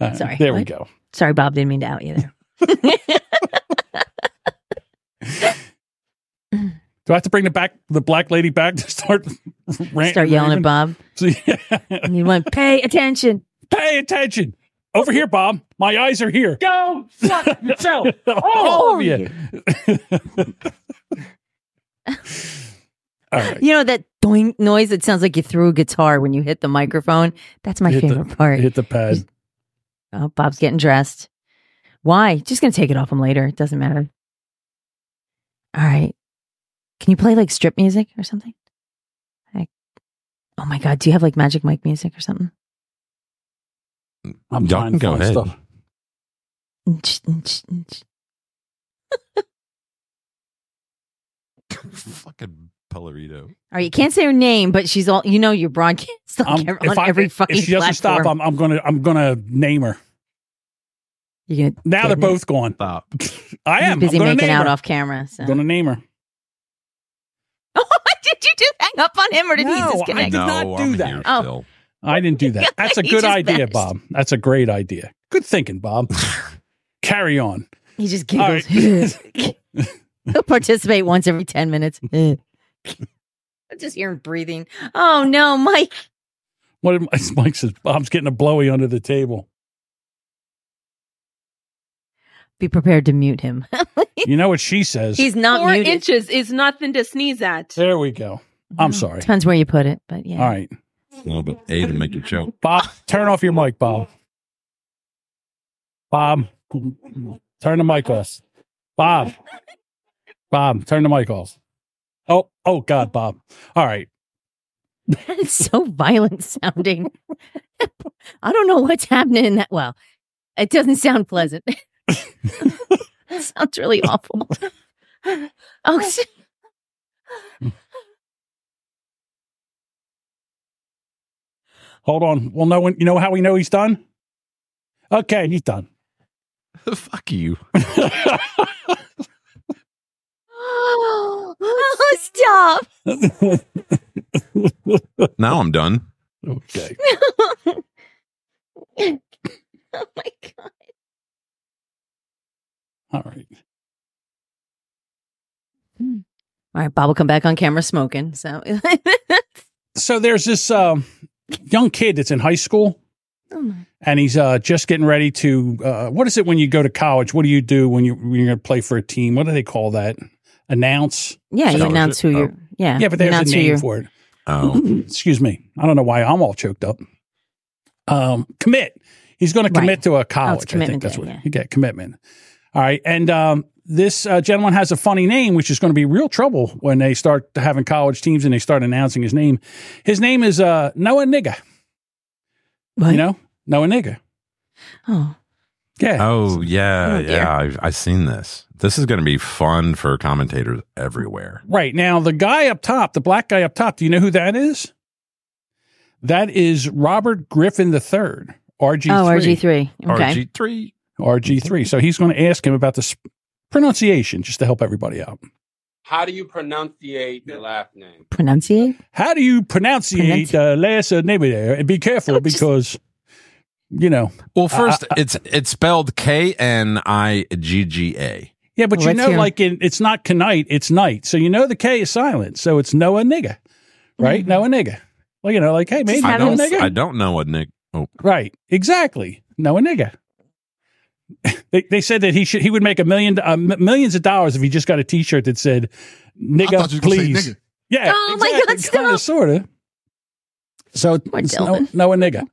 Uh,
Sorry.
There we
What?
go.
Sorry, Bob. Didn't mean to out you there.
Do I have to bring the back the black lady back to start Rant-
Start yelling at
raving.
Bob. And you went, pay attention.
Pay attention. Over here, Bob. My eyes are here.
Go fuck yourself.
All, of you. All right.
You know that doink noise that sounds like you threw a guitar when you hit the microphone? That's my
Hit the-
favorite part.
Hit the pad.
Oh, Bob's getting dressed. Why? Just gonna take it off him later. It doesn't matter. All right. Can you play like strip music or something? Like, oh my god, do you have like Magic Mike music or something?
I'm
Don,
trying to
go
find
ahead.
stuff.
Nch, nch, nch.
Fucking Pellerito.
All right, you can't say her name, but she's all you know. You're broadcast
I'm-
on, ev- on
I-
every fucking
if she doesn't
platform.
stop, I'm, I'm gonna I'm gonna name her.
You're gonna
Now
get
they're
me-
both gone.
Stop.
I
I'm
am
busy
I'm gonna
making
name
out
her.
off camera. So.
I'm gonna name her.
did you just hang up on him, or did he
No, I
disconnect?
did not do
I'm
that.
here
Oh.
still.
I didn't do that. That's a
He
good
just
idea,
vanished.
Bob. That's a great idea. Good thinking, Bob. Carry on.
He just
All
giggles.
right.
He'll participate once every 10 minutes. I'm just hearing breathing. Oh no, Mike.
What did Mike- Mike says? Bob's getting a blowy under the table.
Be prepared to mute him.
You know what she says?
He's not
Four
muted.
inches is nothing to sneeze at.
there we go.
Mm-hmm.
I'm sorry.
Depends where you put it, but yeah.
All right,
A little bit A to make you choke.
Bob, turn off your mic, Bob. Bob, turn the mic off. Bob, Bob, turn the mic off. Oh, oh God, Bob. All right.
That's so violent sounding. I don't know what's happening in that. Well, it doesn't sound pleasant. it sounds really awful. Oh, s-
Hold on. Well, no one. You know how we know he's done? Okay, he's done.
Fuck you.
oh stop.
Now I'm done.
okay.
Oh my God.
All right.
Hmm. All right, Bob will come back on camera smoking. So,
So there's this um, young kid that's in high school.
oh my.
and he's uh, just getting ready to. Uh, what is it when you go to college? What do you do when you when you're going to play for a team? What do they call that? Announce.
Yeah, you
Scholarship.
announce who
Oh.
you're. Yeah,
Yeah, but
you
there's a
announce who
name
you're-
for it.
Oh,
Excuse me. I don't know why I'm all choked up. Um, commit. He's going to
Right.
commit to a college. I think
commitment
that's
day,
what
yeah.
you get. Commitment. All right, and um, this uh, gentleman has a funny name, which is going to be real trouble when they start having college teams and they start announcing his name. His name is uh, Noah Nigga.
What?
You know, Noah Nigga.
Oh,
Yeah.
oh yeah,
Oh, dear.
yeah. I've I've seen this. This is going to be fun for commentators everywhere.
Right. Now, the guy up top, the black guy up top, do you know who that is? That is Robert Griffin III, RG3.
oh, RG3. Okay.
RG three.
RG3. So he's going to ask him about the s- pronunciation just to help everybody out.
How do you pronunciate the last name?
Pronunciate?
How do you pronunciate
Pronunci-
the last uh, name there? And be careful
Don't just-
because, you know.
Well, first it's it's spelled K N I G G A.
Yeah, but
Well,
you
let's
know,
hear him.
like in, it's not Knight, it's Knight. So you know the K is silent. So it's Noah Nigga,
Mm-hmm.
right? Noah Nigga. Well, you know, like, hey, maybe
Just
I
have him
don't
say-
I don't know what Nick. Oh,
Right. Exactly. No a nigga. they, they said that he should he would make a million uh, m- millions of dollars if he just got a T-shirt that said "nigga, please." Yeah.
Oh my God,
Kind of,
stop.
sort of. So
Poor
it's no,
Delvin.
no a nigga.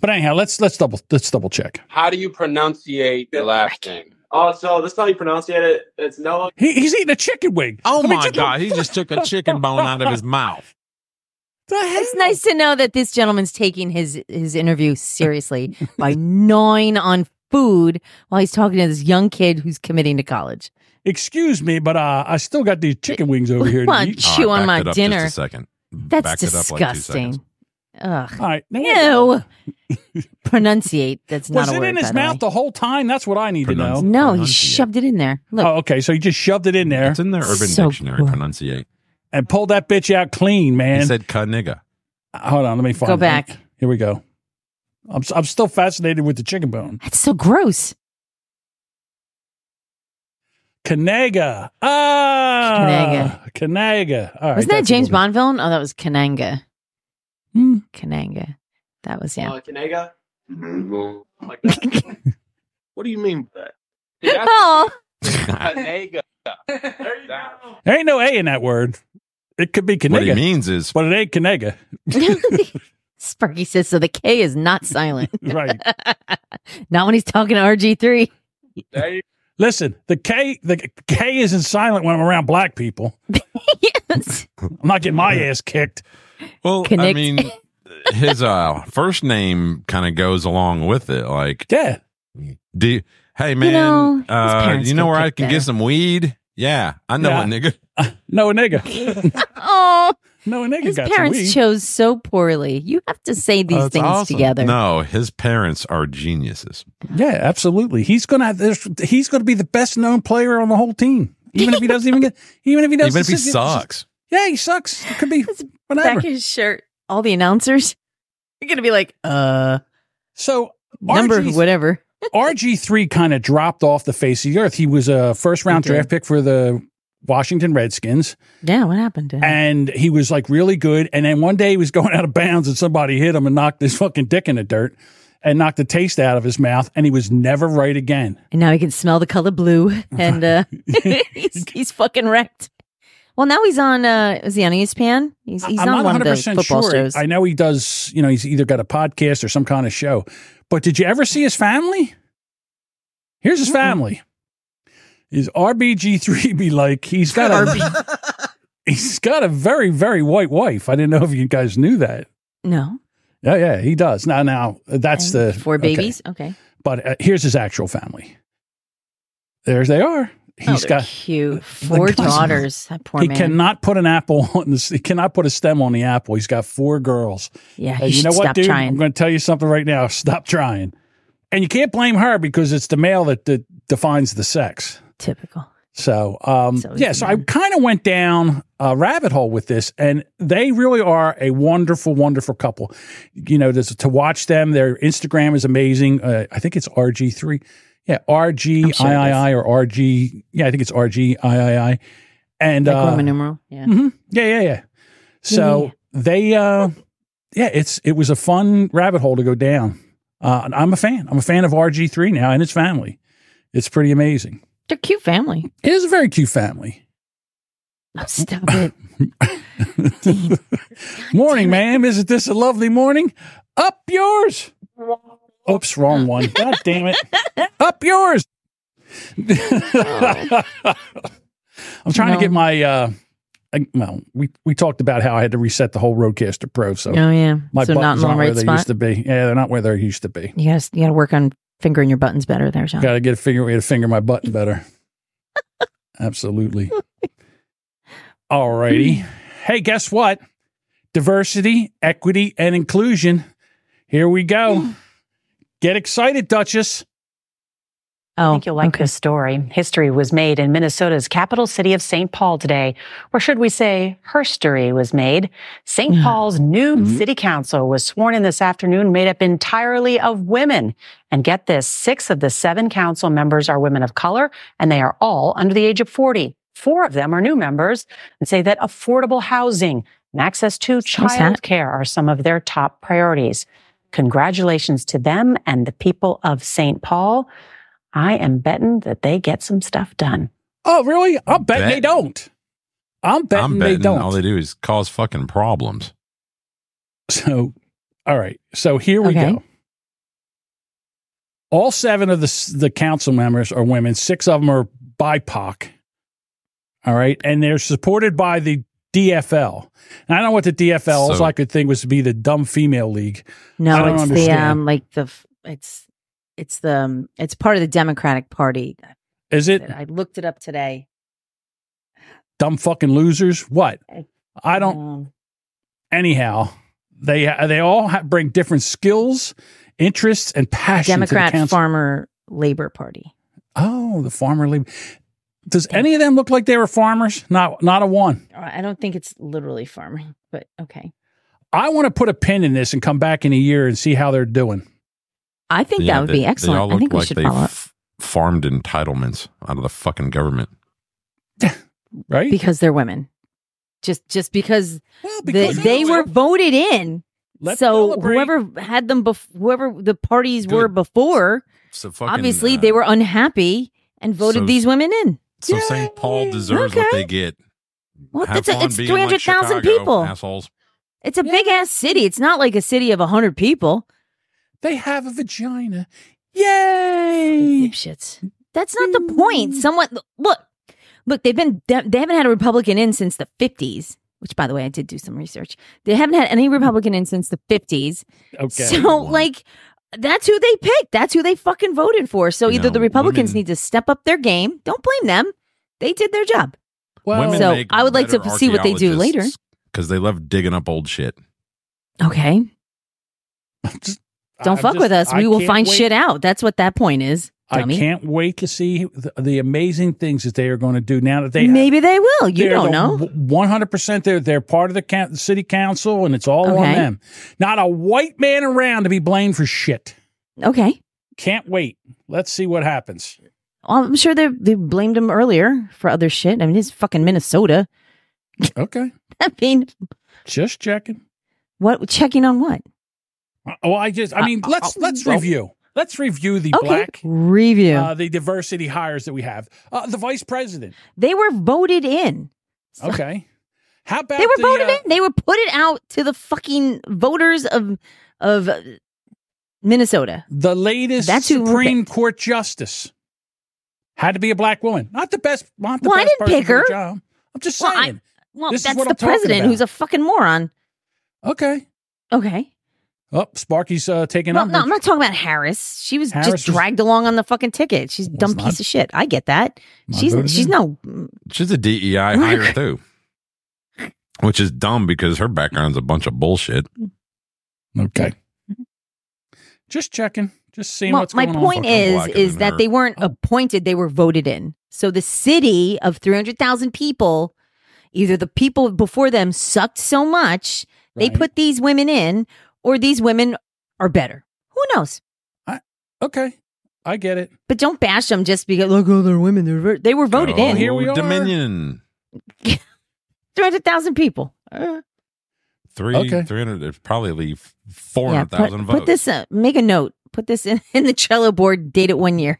But anyhow, let's let's double let's double check.
How do you pronunciate the last name?
Also, Oh, that's not how you pronounce it. It's Noah.
He, he's eating a chicken wing.
oh
I mean,
my
just-
God! He just took a chicken bone out of his mouth.
The hell?
It's nice to know that this gentleman's taking his his interview seriously by gnawing on food while he's talking to this young kid who's committing to college.
Excuse me, but uh, I still got these chicken wings over here.
Well,
to eat.
Oh, I
Chew on
backed
my
it up
dinner.
Just a second.
That's
Backed it up like two seconds.
disgusting. Ugh.
All right.
Ew. Pronunciate. That's not
Was
a
it
word.
in his
by the
mouth
way.
the whole time? That's what I need to know.
Pronounce-
No, he
Pronunciate.
shoved it in there. Look.
Oh, okay. So he just shoved it in there
It's in their Urban
So
Dictionary.
gross.
Pronunciate.
and pulled that bitch out clean, man.
He said "ka nigga."
Hold on, let me find.
Go
it.
back.
Here we go. I'm s- I'm still fascinated with the chicken bone.
That's so gross.
Kanega. Ah, Kanega. Kanega. All right,
Wasn't that
that's a
James
little
Bond villain? Oh, that was Kananga.
Hmm.
Kananga. That was yeah.
Oh,
Uh, Kanega?
Kanega.
Like that. what do you mean by that?
Oh,
Kanega. There you go.
bit- There ain't no A in that word. It could be Kanega.
What he means is,
but it ain't Kanega.
Sparky says so. The K is not silent.
right.
not when he's talking to RG three.
Listen, the K the K isn't silent when I'm around black people. I'm not getting my ass kicked.
Well, I mean, his uh, first name kind of goes along with it. Like,
yeah.
Do you- hey man,
know, his
uh,
parents
you know
can
where I
pick
can
better.
get some weed? Yeah, I know
Yeah.
a nigga.
No nigga.
Oh,
no, nigga
his
got some weed.
parents chose so poorly. You have to say these
That's
things
Oh, awesome.
together.
No, his parents are geniuses.
Yeah, absolutely. He's gonna have this, he's gonna be the best known player on the whole team. Even if he doesn't even get even if he doesn't
Even if he
sit-
sucks.
Yeah, he sucks. It could be whatever.
Back his shirt. All the announcers are gonna be like, uh,
so
number whatever.
RG three kind of dropped off the face of the earth. He was a first round
He did.
draft pick for the Washington Redskins.
Yeah, what happened to him?
And he was like really good. And then one day he was going out of bounds and somebody hit him and knocked his fucking dick in the dirt and knocked the taste out of his mouth. And he was never right again.
And now he can smell the color blue, and uh, he's, he's fucking wrecked. Well, now he's on. Uh, is he on ESPN? He's, he's
I'm
on
not
one of the
100%
football
sure.
shows.
I know he does, you know, he's either got a podcast or some kind of show. But did you ever see his family? Here's his family. Is RBG3 be like, he's got a he's got a very, very white wife. I didn't know if you guys knew that.
no,
Yeah, yeah, he does. Now, now that's the
four
okay.
babies. Okay,
But uh, here's his actual family. There they are. He's
Oh, they're
got
cute four
cousin.
daughters. That poor
he
man.
cannot put an apple on this. He cannot put a stem on the apple. He's got four girls.
Yeah,
Hey,
he
you know
should
what,
stop
dude?
trying.
I'm going to tell you something right now. Stop trying. And you can't blame her because it's the male that, that defines the sex.
Typical.
So, um,
always
yeah, so I kind of went down a rabbit hole with this, and they really are a wonderful, wonderful couple. You know, this, to watch them, their Instagram is amazing. Uh, I think it's RG3. Yeah,
I'm sure it
RGIII or RG. Yeah, I think it's RGIII. And
like
uh,
Roman numeral. Yeah.
mhm. Yeah, yeah, yeah. So they, uh, yeah, it's it was a fun rabbit hole to go down. Uh, and I'm a fan. I'm a fan of RG3 now and his family. It's pretty amazing.
They're a cute family.
It is a very cute family.
Oh, stop it.
morning, ma'am. Isn't this a lovely morning? Up yours. Oops, wrong one. God damn it. Up yours. I'm trying
No.
to get my. Uh, I, well, we we talked about how I had to reset the whole Roadcaster Pro. So
Oh, yeah.
my
So not in
buttons
the
aren't where
right
they
spot?
used to be. Yeah, they're not where they used to be.
You gotta you gotta work on fingering your buttons better, there, John.
Got to get a figure way to finger my button better. Absolutely. Alrighty. Hey, guess what? Diversity, equity, and inclusion. Here we go. Get excited, Duchess.
I think you'll like this story. History was made in Minnesota's capital city of St. Paul today, or should we say, herstory was made. St. Paul's new city council was sworn in this afternoon, made up entirely of women. And get this, six of the seven council members are women of color, and they are all under the age of 40. Four of them are new members and say that affordable housing and access to
sad.
child care are some of their top priorities. Congratulations to them and the people of St. Paul. I am betting that they get some stuff done.
Oh, really? I'm betting they don't. I'm betting,
I'm
they
betting
don't.
all they do is cause fucking problems.
So, all right. So here we
Okay.
go. All seven of the s- the council members are women. Six of them are BIPOC. All right, and they're supported by the DFL. And I don't know what the DFL. is.
So-
all I could think was to be the dumb female league. I
No,
don't
it's
understand.
the um like the f- it's it's the um, it's part of the Democratic Party.
is it
I looked it up today.
dumb fucking losers? What? I don't. Anyhow, they they all ha- bring different skills, interests, and passion.
Democrat
to the council.
Farmer Labor Party.
Oh, the farmer league. Does any of them look like they were farmers? Not not a one.
All right, Uh, I don't think it's literally farming, but okay.
I want to put a pin in this and come back in a year and see how they're doing.
I think that would be excellent. I think we should follow up.
farmed entitlements out of the fucking government.
right?
Because they're women. Just just because,
because
the, they
anyway.
were voted in.
Let's
so
celebrate.
whoever had them, bef- whoever the parties were before,
So fucking,
obviously
uh,
they were unhappy and voted
so-
these women in.
So St. Paul deserves what they get.
Well,
Have
that's a,
fun
it's
being
three hundred thousand
like Chicago,
people.
Assholes.
It's a big ass city. It's not like a city of hundred people.
They have a vagina. Yay! Mm.
Dipshits. That's not the point. Someone look, look. They've been they haven't had a Republican in since the fifties. Which, by the way, I did do some research. They haven't had any Republican in since the fifties.
Okay.
So, like, that's who they picked. That's who they fucking voted for. So either the Republicans need to step up their game. Don't blame them. They did their job.
Women
so
make
I would like to
better
see what they do later.
Because they love digging up old shit.
Okay. Don't
I'm
fuck
just-
with us.
I
We will
can't
find
wait.
shit out. That's what that point is. Dummy.
I can't wait to see the, the amazing things that they are going to do now that they
Maybe they will. You don't know.
One hundred percent, they're they're part of the coun- city council, and it's all on
Okay.
them. Not a white man around to be blamed for shit.
Okay.
Can't wait. Let's see what happens.
Well, I'm sure they they blamed him earlier for other shit. I mean, it's fucking Minnesota.
Okay.
I mean,
just checking.
What checking on what?
Well, I just, I mean,
Uh,
let's
uh,
let's
well-
review. Let's review the
Okay.
black
Review.
uh, the diversity hires that we have. Uh, the vice president.
they were voted in.
Okay. How about
They were
the,
voted
uh,
in. They were put it out to the fucking voters of of uh, Minnesota.
The latest
That's who
Supreme Court justice had to be a black woman. Not the best. Not the
Well, I
best
didn't
person
pick
for the
her.
job. I'm just
Well,
saying.
I- Well,
This is
that's
what
the
I'm talking
president
about.
who's a fucking moron.
Okay.
Okay.
Oh, Sparky's uh, taking
well,
up.
no, I'm not talking about Harris. She was
Harris was-
just dragged along on the fucking ticket. She's a dumb piece of shit. I get that.
not
She's
voted
she's
in.
no
She's a DEI hire too, which is dumb because her background's a bunch of bullshit.
Okay. Just checking. Just seeing
Well,
what's
my
going on.
point is is that
they.
they weren't appointed; they were voted in. So the city of three hundred thousand people, either the people before them sucked so much they
Right.
put these women in, or these women are better. Who knows?
Okay, I get it.
But don't bash them just because look, oh, they're women. They're ver-" they were voted
Oh,
in.
here we are. Dominion.
Three hundred thousand people. Uh,
Three,
Okay.
300, there's probably
yeah,
400,000
put,
votes.
put this. Uh, make a note. Put this in, in the cello board. Date it one year.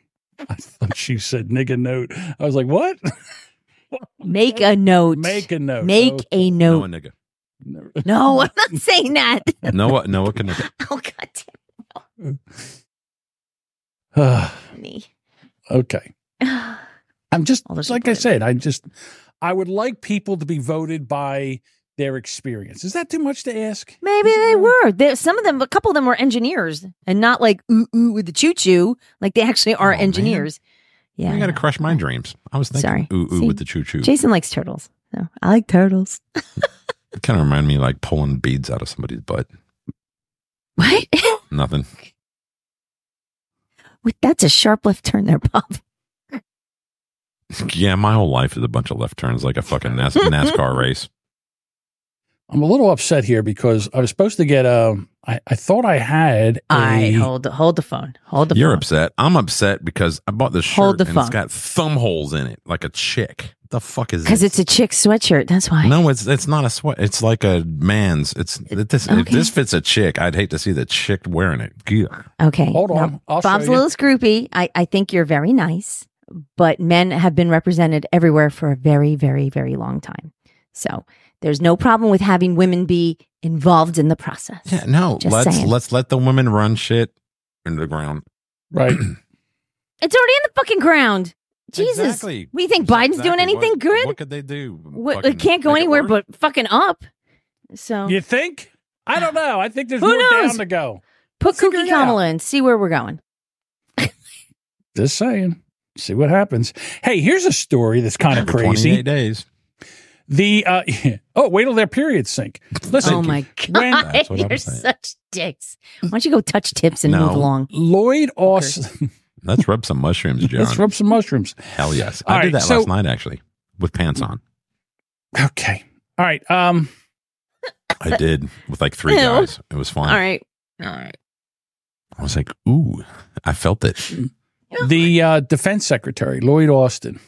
she said nigga note. I was like, what?
Make a note.
Make a note.
Make a note.
Noah nigga.
No, I'm not saying that.
Noah, Noah can nigga.
Oh God damn
okay.
it, me.
I'm just like I said, I just I would like people to be voted by their experience. Is that too much to ask?
Maybe they were. There, some of them, a couple of them were engineers and not like ooh ooh with the choo choo. Like they actually are engineers. Yeah,
You
I
got to
know.
crush my dreams. I was thinking
Sorry.
ooh, ooh
See?
with the choo choo.
Jason likes turtles. So I like turtles.
It kind of reminded me like pulling beads out of somebody's butt.
What?
Nothing.
Wait, that's a sharp left turn there, Bob.
Yeah, my whole life is a bunch of left turns like a fucking NAS- NASCAR race.
I'm a little upset here because I was supposed to get um I, I thought I had a
I hold hold the phone. Hold the
You're
phone.
upset. I'm upset because I bought this shirt
Hold the
and
phone.
it's got thumb holes in it like a chick. The fuck is
Because
this?
it's a chick sweatshirt. That's why.
No, it's it's not a sweat. It's like a man's. It's it, this. If
okay.
this fits a chick, I'd hate to see the chick wearing it. Ugh.
Okay.
Hold on. I'll show
Bob's a
you.
little scroopy. I, I think you're very nice, but men have been represented everywhere for a very, very, very long time. So there's no problem with having women be involved in the process.
Yeah, no.
Just
let's
saying.
let's let the women run shit into the ground.
Right.
It's already in the fucking ground. Jesus.
Exactly.
We think Biden's doing
Exactly.
anything
What-
good?
What could they do?
What,
Fucking
it can't go
make it
anywhere
worse?
but fucking up. So
You think? I don't know. I think there's
Who
more
knows?
down to go.
put
figure
Kooky
it out.
Kamala in, see where we're going.
Just saying. See what happens. Hey, here's a story that's kind of
For
crazy.
28 days.
The uh, oh, wait till their periods sync. Listen,
oh my
when-
God. You're such dicks. Why don't you go touch tips and
No.
move along?
Lloyd Austin.
Let's rub some mushrooms, John.
Let's rub some mushrooms.
Hell yes.
All
I did
right,
that
so-
last night actually with pants on.
Okay. All right. Um.
I did with like three
Ew.
guys. It was fun.
All right. All right.
I was like, ooh, I felt it.
the uh, defense secretary, Lloyd Austin,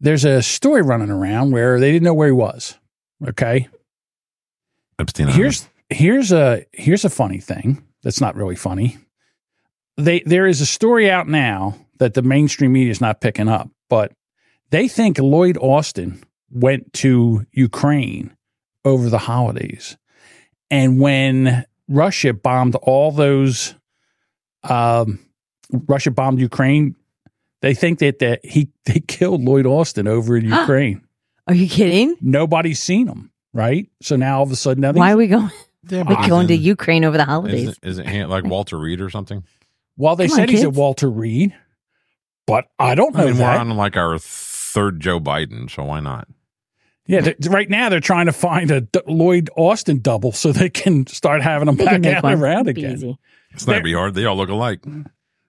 there's a story running around where they didn't know where he was. Okay.
Epstein Island.
Here's here's a here's a funny thing that's not really funny. They there is a story out now that the mainstream media is not picking up, but they think Lloyd Austin went to Ukraine over the holidays, and when Russia bombed all those, um, Russia bombed Ukraine. They think that that he they killed Lloyd Austin over in Ukraine.
Are you kidding?
Nobody's seen him, right? So now all of a sudden, now
Why
these-
are we going?
Yeah,
we're
but-
going to Ukraine over the
Is
holidays.
it, is it hand- like Walter Reed or something?
Well, they
Come on,
said he's at
kids.
Walter Reed, but I don't know
I mean, we're
that.
on like our third Joe Biden, so why not?
yeah, they- right now they're trying to find a D- Lloyd Austin double so they can start having them
They
back
can make
out
one.
and around
It'd be
again.
easy.
It's not gonna be hard. They all look alike.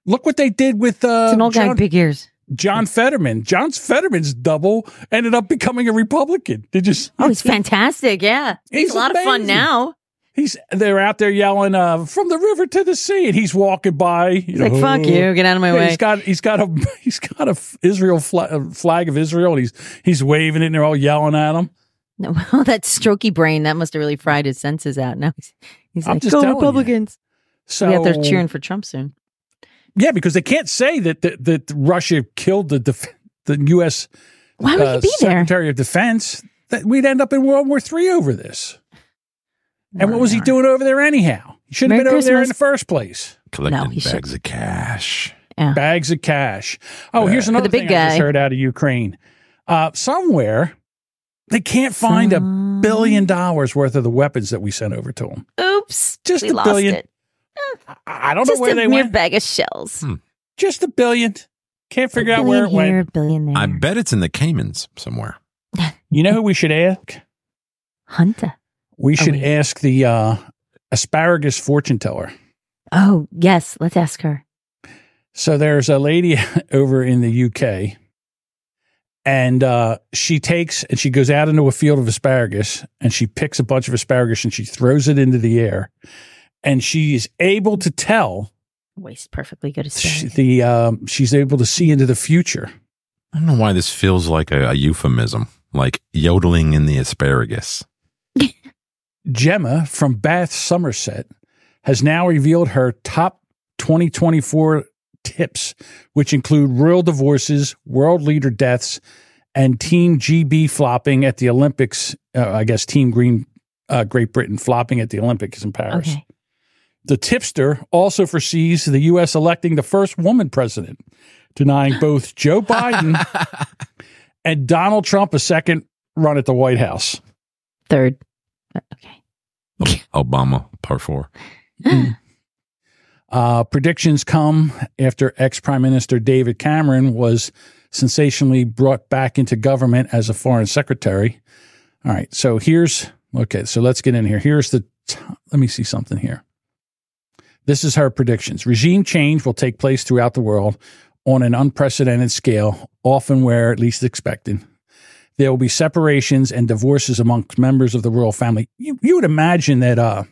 Look what they did with uh,
It's an old guy
John,
with big ears.
John Fetterman. John Fetterman's double ended up becoming a Republican. Did you?
Oh, he's fantastic. Yeah. He's, a lot of fun
amazing.
now.
He's they're out there yelling uh, from the river to the sea, and he's walking by. You
He's like, "Fuck you, get out of my
Yeah,
way."
He's got he's got a he's got a f- Israel flag, a flag of Israel, and he's he's waving it, and they're all yelling at him.
No, well, that strokey brain, that must have really fried his senses out. Now he's, he's
I'm
like,
just
go
telling you.
Republicans.
So
yeah, they're cheering for Trump soon.
Yeah, because they can't say that that, that Russia killed the def- the U.S.
Why would he be there?
Secretary of Defense. That we'd end up in World War III over this. And what was he doing over there anyhow? He shouldn't have been
Merry
over there in the
Christmas.
first place.
Collecting
he
bags
should-
of cash.
Bags of cash. Oh, here's
For
another
the big
thing I just
guy.
heard out of Ukraine. Uh, somewhere they can't find a billion dollars worth of the weapons that we sent over to them.
Oops.
Just
we
a
lost
billion.
it.
I I don't
Just
know where
a
they
mere
went.
bag of shells.
Just a billion. Can't figure out where
billion
it went.
here, a billion there.
I bet it's in the Caymans somewhere.
You know who we should ask?
Hunter.
We should
wait.
ask the uh, asparagus fortune teller.
Oh, yes. Let's ask her.
So there's a lady over in the UK, and uh, she takes and she goes out into a field of asparagus and she picks a bunch of asparagus and she throws it into the air, and she is able to tell
Waste perfectly good as
sh- the um, she's able to see into the future.
I don't know why this feels like a, a euphemism, like yodeling in the asparagus.
Gemma from Bath, Somerset, has now revealed her top 2024 tips, which include royal divorces, world leader deaths, and Team GB flopping at the Olympics. Uh, I guess Team Green, uh, Great Britain flopping at the Olympics in Paris.
Okay.
The tipster also foresees the U.S. electing the first woman president, denying both Joe Biden and Donald Trump a second run at the White House. Oh.
Third.
Obama, part four.
Uh, predictions come after ex Prime Minister David Cameron was sensationally brought back into government as a foreign secretary. All right, so here's okay, so let's get in here. Here's the t- let me see something here. This is her predictions. Regime change will take place throughout the world on an unprecedented scale, often where at least expected. There will be separations and divorces amongst members of the royal family. You, you would imagine that uh,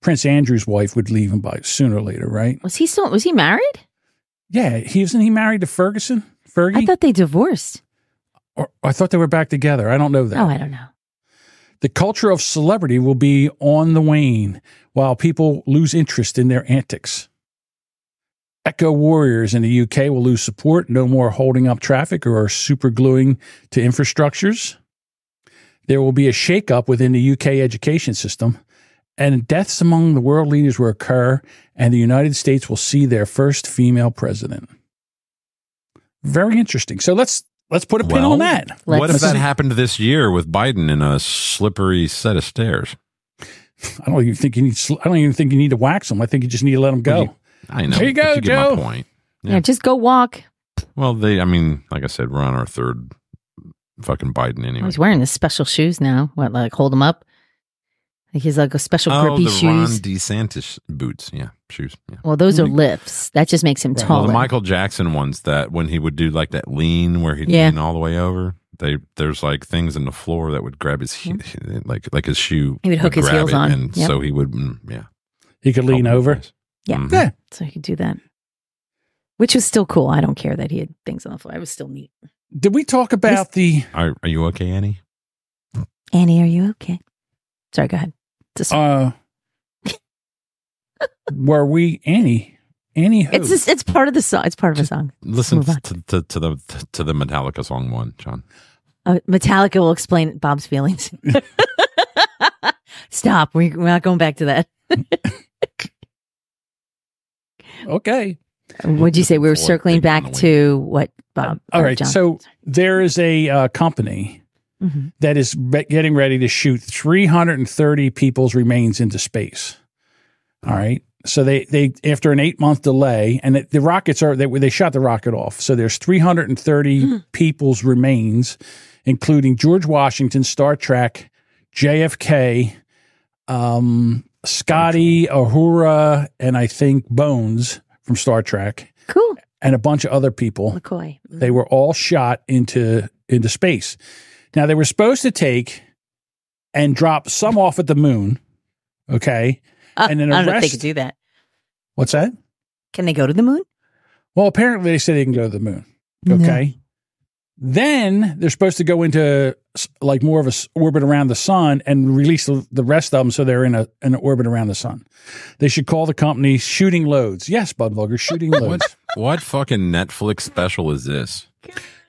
Prince Andrew's wife would leave him by sooner or later, right?
Was he still, was he married?
Yeah, he isn't he married to Ferguson? Fergie?
I thought they divorced.
or, I thought they were back together. I don't know that.
Oh, I don't know.
The culture of celebrity will be on the wane while people lose interest in their antics. Echo Warriors in the UK will lose support, no more holding up traffic or super gluing to infrastructures. There will be a shakeup within the UK education system, and deaths among the world leaders will occur, and the United States will see their first female president. Very interesting. So let's let's put a pin
Well,
on that.
what if that happened this year with Biden in a slippery set of stairs?
I don't even think you need. sl- I don't even think you need to wax them. I think you just need to let them go.
I know.
There you
but
go,
you get my
Joe.
point.
Yeah, just go walk.
Well, they. I mean, like I said, we're on our third fucking Biden anyway.
He's wearing his special shoes now. What, like hold him up? Like he's like a special
oh,
grippy
the
shoes.
Ron DeSantis boots. Yeah, shoes. Yeah.
Well, those are lifts. That just makes him
Well,
taller.
the Michael Jackson ones that when he would do like that lean where he'd
Yeah.
lean all the way over. They there's like things in the floor that would grab his he- like like his shoe.
He would hook his
grab
heels
it,
on.
and
Yep.
so he would. mm, Yeah,
he could lean over.
yeah.
Mhm.
Yeah.
So he could do that. which was still cool. I don't care that he had things on the floor. It was still neat.
Did we talk about the?
Are, are you okay, Annie?
Annie, are you okay? Sorry, go ahead. Just-
Uh, were we Annie? Annie, who?
It's just, it's part of the song. It's part of a song.
Listen
Move on.
to, to, to the to the Metallica song one, John.
Uh, Metallica will explain Bob's feelings. Stop. We, we're not going back to that.
okay.
What'd you say? We were circling back to what, Bob?
All
or
right.
John?
So there is a uh, company
Mm-hmm.
that is be- getting ready to shoot 330 people's remains into space. All right. So they they after an eight month delay, and it, the rockets are they they shot the rocket off. So there's 330 people's remains, including George Washington, Star Trek, JFK, um, Scotty, Ahura, and I think Bones from Star Trek.
Cool.
And a bunch of other people.
McCoy.
They were all shot into into space. Now they were supposed to take and drop some off at the moon. Okay.
Uh,
and then the
I don't know if they
rest-
could do that.
What's that?
Can they go to the moon?
Well, apparently they say they can go to the moon. Okay. Then they're supposed to go into s- like more of a s- orbit around the sun and release the, the rest of them so they're in a an orbit around the sun. They should call the company Shooting Loads. Yes, Bud Vulgar, Shooting Loads.
What fucking Netflix special is this?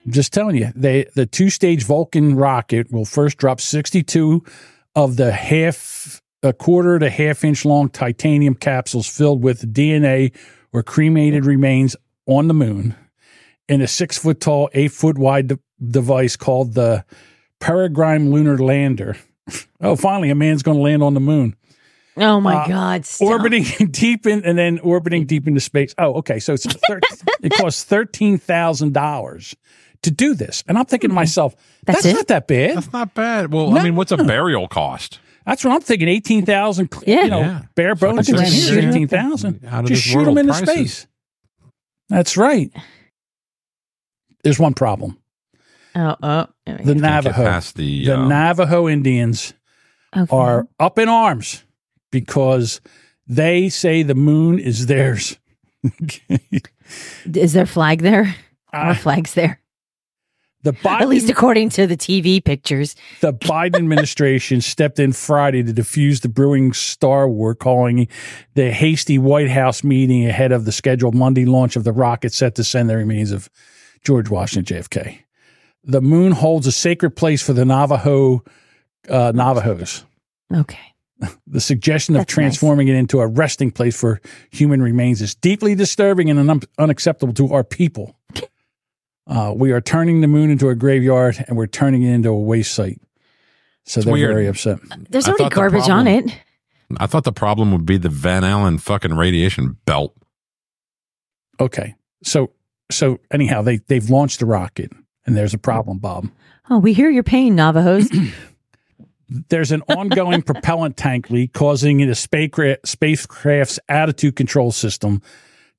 I'm just telling you, they the two stage Vulcan rocket will first drop 62 of the half a quarter to half inch long titanium capsules filled with DNA or cremated remains on the moon in a six foot tall, eight foot wide de- device called the Peregrine Lunar Lander. oh, finally, a man's going to land on the moon.
Oh my
Uh,
God. Stop.
Orbiting deep in and then orbiting deep into space. Oh, okay. So it's thir- it costs thirteen thousand dollars to do this, and I'm thinking
Hmm.
to myself, that's, not that bad. That's
not bad. Well, I mean, what's a burial cost?
That's what I'm thinking. Eighteen thousand.
Yeah.
You know,
Yeah.
bare bones.
Fucking
around
just
here,
shoot 'em.
Eighteen thousand.
Out of
Just
this
shoot them
world
into
prices.
space. That's right. There's one problem.
Oh, oh.
The Navajo.
past the, um,
Navajo Indians are up in arms because they say the moon is theirs.
Is there flag there?
Uh,
Our flags there.
The Biden,
At least according to the TV pictures.
The Biden administration stepped in Friday to defuse the brewing Star War, calling the hasty White House meeting ahead of the scheduled Monday launch of the rocket set to send the remains of George Washington JFK. The moon holds a sacred place for the Navajo uh, Navajos.
Okay.
The suggestion of transforming it into a resting place for human remains is deeply disturbing and un- unacceptable to our people. Uh, we are turning the moon into a graveyard and we're turning it into a waste site. So
It's
they're
weird.
very upset.
Uh, There's
I
already
thought the
garbage on it.
problem- I thought the problem would be the Van Allen fucking radiation belt.
Okay. So so anyhow, they they've launched a rocket and there's a problem, Bob.
Oh, we hear your pain, Navajos.
There's an ongoing propellant tank leak causing the spacecraft, spacecraft's attitude control system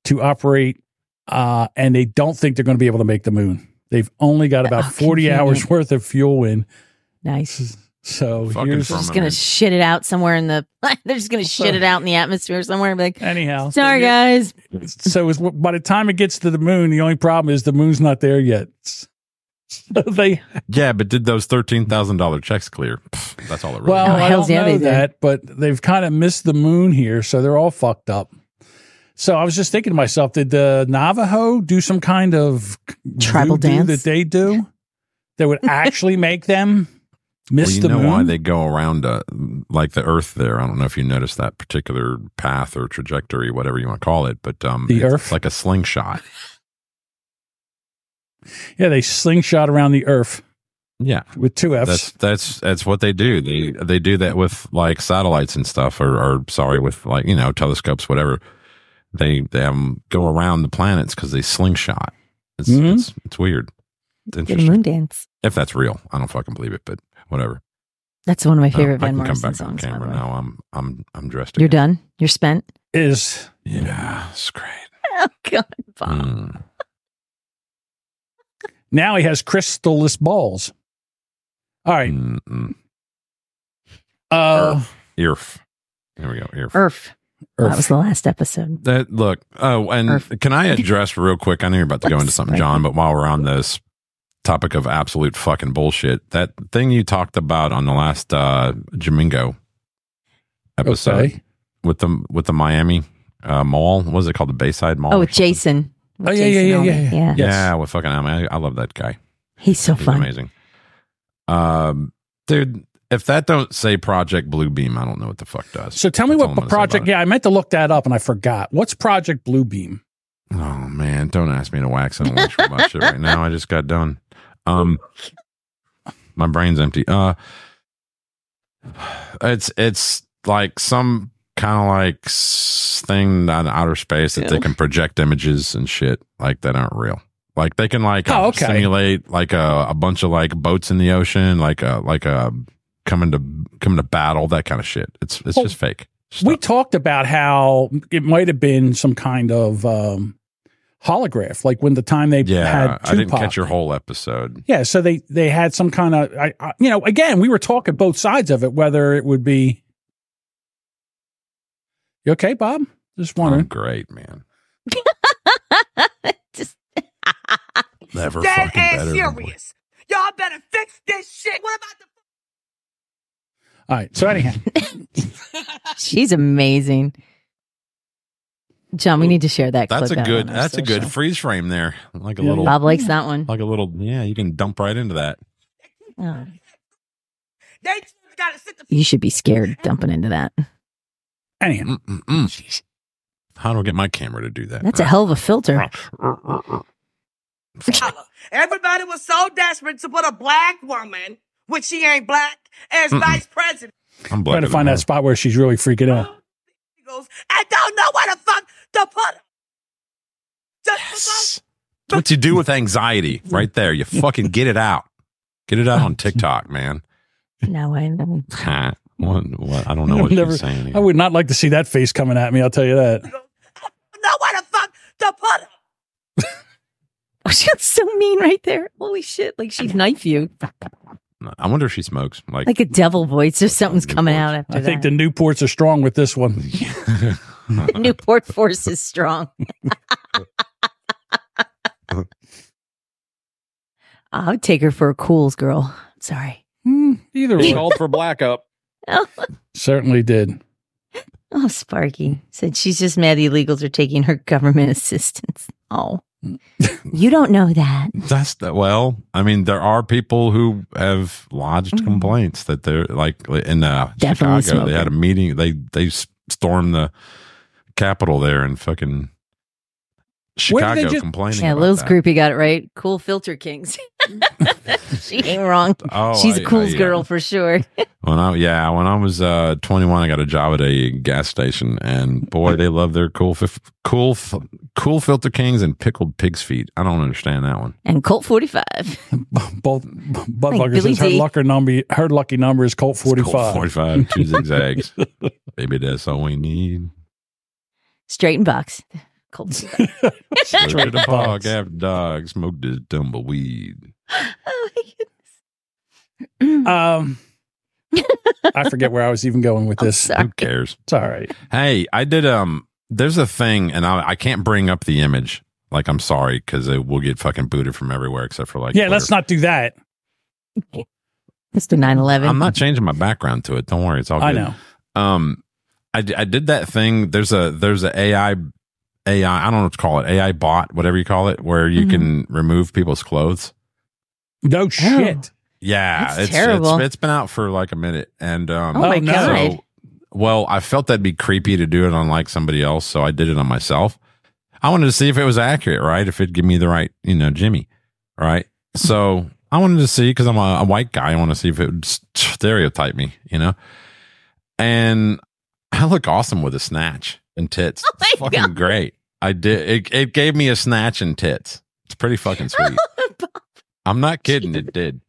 to operate, uh, and they don't think they're going to be able to make the moon. They've only got about 40 hours
convenient.
worth of fuel in.
Nice.
So here's
They're just gonna shit it out somewhere in the. They're just gonna shit it out in the atmosphere somewhere. And be like,
anyhow,
sorry guys.
so it's, by the time it gets to the moon, the only problem is the moon's not there yet. So they
Yeah, but did those thirteen thousand dollar checks clear? Pff, that's all it really.
Well,
Oh,
matters.
I don't know that, but they've kind of missed the moon here, so they're all fucked up. So I was just thinking to myself, did the Navajo do some kind of
Tribal
voodoo
dance?
that they do that would actually make them miss
Well, you
the
know
moon?
why they go around uh, like the Earth there. I don't know if you noticed that particular path or trajectory, whatever you want to call it, but um,
The
it's
Earth?
like a slingshot.
yeah, they slingshot around the earth.
Yeah,
with two Fs.
That's that's that's what they do. They they do that with like satellites and stuff, or, or sorry, with like you know telescopes, whatever. They they have 'em go around the planets because they slingshot. It's, it's it's weird. It's
Did
interesting.
Mm-hmm. moon dance.
If that's real, I don't fucking believe it, but whatever.
That's one of my favorite
Oh,
Van
I can
Morrison
come back
songs.
on camera now. I'm I'm I'm dressed.
You're done. You're spent.
Is
yeah, it's great.
Oh God, Bob.
Mm.
Now he has crystalless balls. All right.
Mm-mm.
Uh,
Earf. There we go. Earf.
Earth. That was the last episode.
That look. Oh, and can I address real quick? I know you're about to go into something, John, but while we're on this topic of absolute fucking bullshit, that thing you talked about on the last uh Jamingo episode
Okay.
with the with the Miami uh, mall, what is it called? The Bayside Mall.
Oh, with Jason. With
Oh, yeah, yeah,
Jason
yeah,
Elman.
yeah, yeah.
yeah.
Yeah, with fucking I, mean, I, I love that guy.
He's so
He's
fun.
amazing. Um, dude, if that don't say Project Blue Beam, I don't know what the fuck does.
So tell me what project. Yeah, I meant to look that up and I forgot. What's Project Bluebeam?
Oh man, don't ask me to wax intellectual about shit right now. I just got done. Um, my brain's empty. Uh, it's it's like some kind of like s- thing on outer space that they can project images and shit like that aren't real. Like they can like uh,
Oh, okay.
simulate like a, a bunch of like boats in the ocean, like a like uh, a coming to coming to battle, that kind of shit. It's it's
Well,
just fake.
We talked about how it might have been some kind of um, holograph, like when the time they
Yeah,
had Tupac.
I didn't catch your whole episode.
Yeah, so they they had some kind of, I, I, you know, again, we were talking both sides of it, whether it would be. You okay, Bob? Just wondering.
great, man.
Just
Never
Dead
fucking
ass
better. than-
serious. Y'all better fix this shit. What about the
All right. So anyhow,
she's amazing. John, we need to share that.
That's a
clip out
good.
on our
That's a good
social.
freeze frame there. Like a
Yeah,
little.
yeah. Bob likes that one.
Like a little. Yeah, you can dump right into that.
Oh,
they gotta sit the
you should be scared dumping into that.
Anyhow,
Mm-mm-mm. how do I get my camera to do that?
That's a hell of a filter.
dollar. Everybody was so desperate to put a black woman, which she ain't black, as
Mm-mm.
vice president.
I'm
trying to find that spot where she's really freaking out.
He goes, I don't know where the fuck to put her. Just
What you do with anxiety, right there. You fucking get it out. Get it out on TikTok, man.
No, I don't.
what, what? I don't know what
Never-
you're saying.
I would not like to see that face coming at me. I'll tell you that.
to put her.
Oh, she got so mean right there. Holy shit! Like she'd knife you.
I wonder if she smokes. Like,
Like a devil voice. Just something's coming out after
I think
that.
the Newports are strong with this one.
Newport force is strong. I would take her for a cools girl. Sorry.
Hmm.
either
He
way.
called for black up.
Certainly did.
Oh, Sparky said she's just mad the illegals are taking her government assistance. Oh, you don't know that.
That's the, well. I mean, there are people who have lodged complaints that they're like in uh, Chicago.
Mm-hmm. Definitely
They had a meeting. They they s- stormed the Capitol there and fucking Chicago complaining.
Yeah,
about
Lil's
that.
groupie got it right. Cool filter kings. she ain't wrong.
Oh,
she's a
I- I-
cools
yeah.
girl for sure.
When I yeah, when I was uh, 21, I got a job at a gas station, and boy, they love their cool fif- cool f- cool filter kings and pickled pig's feet. I don't understand that one.
and Colt forty five.
Both Budweiser
Like Billy
says her
D.
lucky number. Her lucky number is Colt forty
Cool
five.
45, two zigzags. Maybe that's all we need.
Straight in box. Colt.
Straight
Straight
to park after dog smoked his tumbleweed.
Mm.
Um, I forget where I was even going with this.
Who cares?
It's all right.
Hey, I did. Um, there's a thing, and I, I can't bring up the image. Like, I'm sorry because it will get fucking booted from everywhere except for like.
yeah, let's not do that.
Mr. 911.
I'm not changing my background to it. Don't worry, it's all. Good.
I know.
Um, I, d- I did that thing. There's a there's a AI AI. I don't know what to call it. AI bot, whatever you call it, where
Mm-hmm.
you can remove people's clothes.
Oh.
No shit.
Yeah,
That's
it's,
terrible.
It's, it's been out for like a minute, and um,
Oh my Oh, no. God.
so- well, I felt that'd be creepy to do it on like somebody else, so I did it on myself. I wanted to see if it was accurate, right? If it'd give me the right, you know, Jimmy, right? So I wanted to see because I'm a, a white guy. I want to see if it would s- stereotype me, you know. And I look awesome with a snatch and tits.
Oh
it's fucking great. I did. It, it gave me a snatch and tits. It's pretty fucking sweet. I'm not kidding. It did.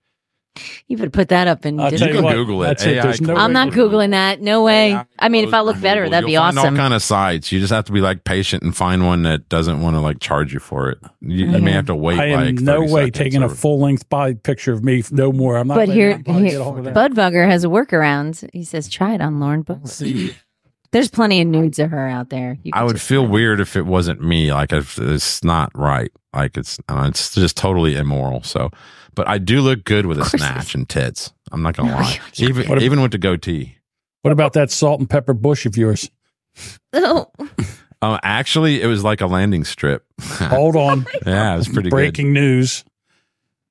You better put that up and
I'll tell you You can what, Google it. that's it. AI There's no
I'm
way
not
to Google
googling that. No way. I mean, if I look better, that'd be
You'll find
awesome.
all kind of sites. You just have to be like patient and find one that doesn't want to like charge you for it. You, you may
Mm-hmm.
have to wait.
I am
like
no
30
way
seconds
taking
or-
a full length body picture of me. No more. I'm not.
but
letting
here,
that body
here
get a hold of that.
Budvugger has a workaround. He says, try it on Lauren Books. There's plenty of nudes of her out there. You
I would feel weird if it wasn't me. Like if it's not right. Like it's uh, it's just totally immoral. So, but I do look good with a snatch and tits. I'm not gonna lie. Even
What ab-
even with the goatee.
What about that salt and pepper bush of yours?
Oh,
Um, actually, it was like a landing strip.
Hold on.
Oh
yeah, it was pretty good.
Breaking news.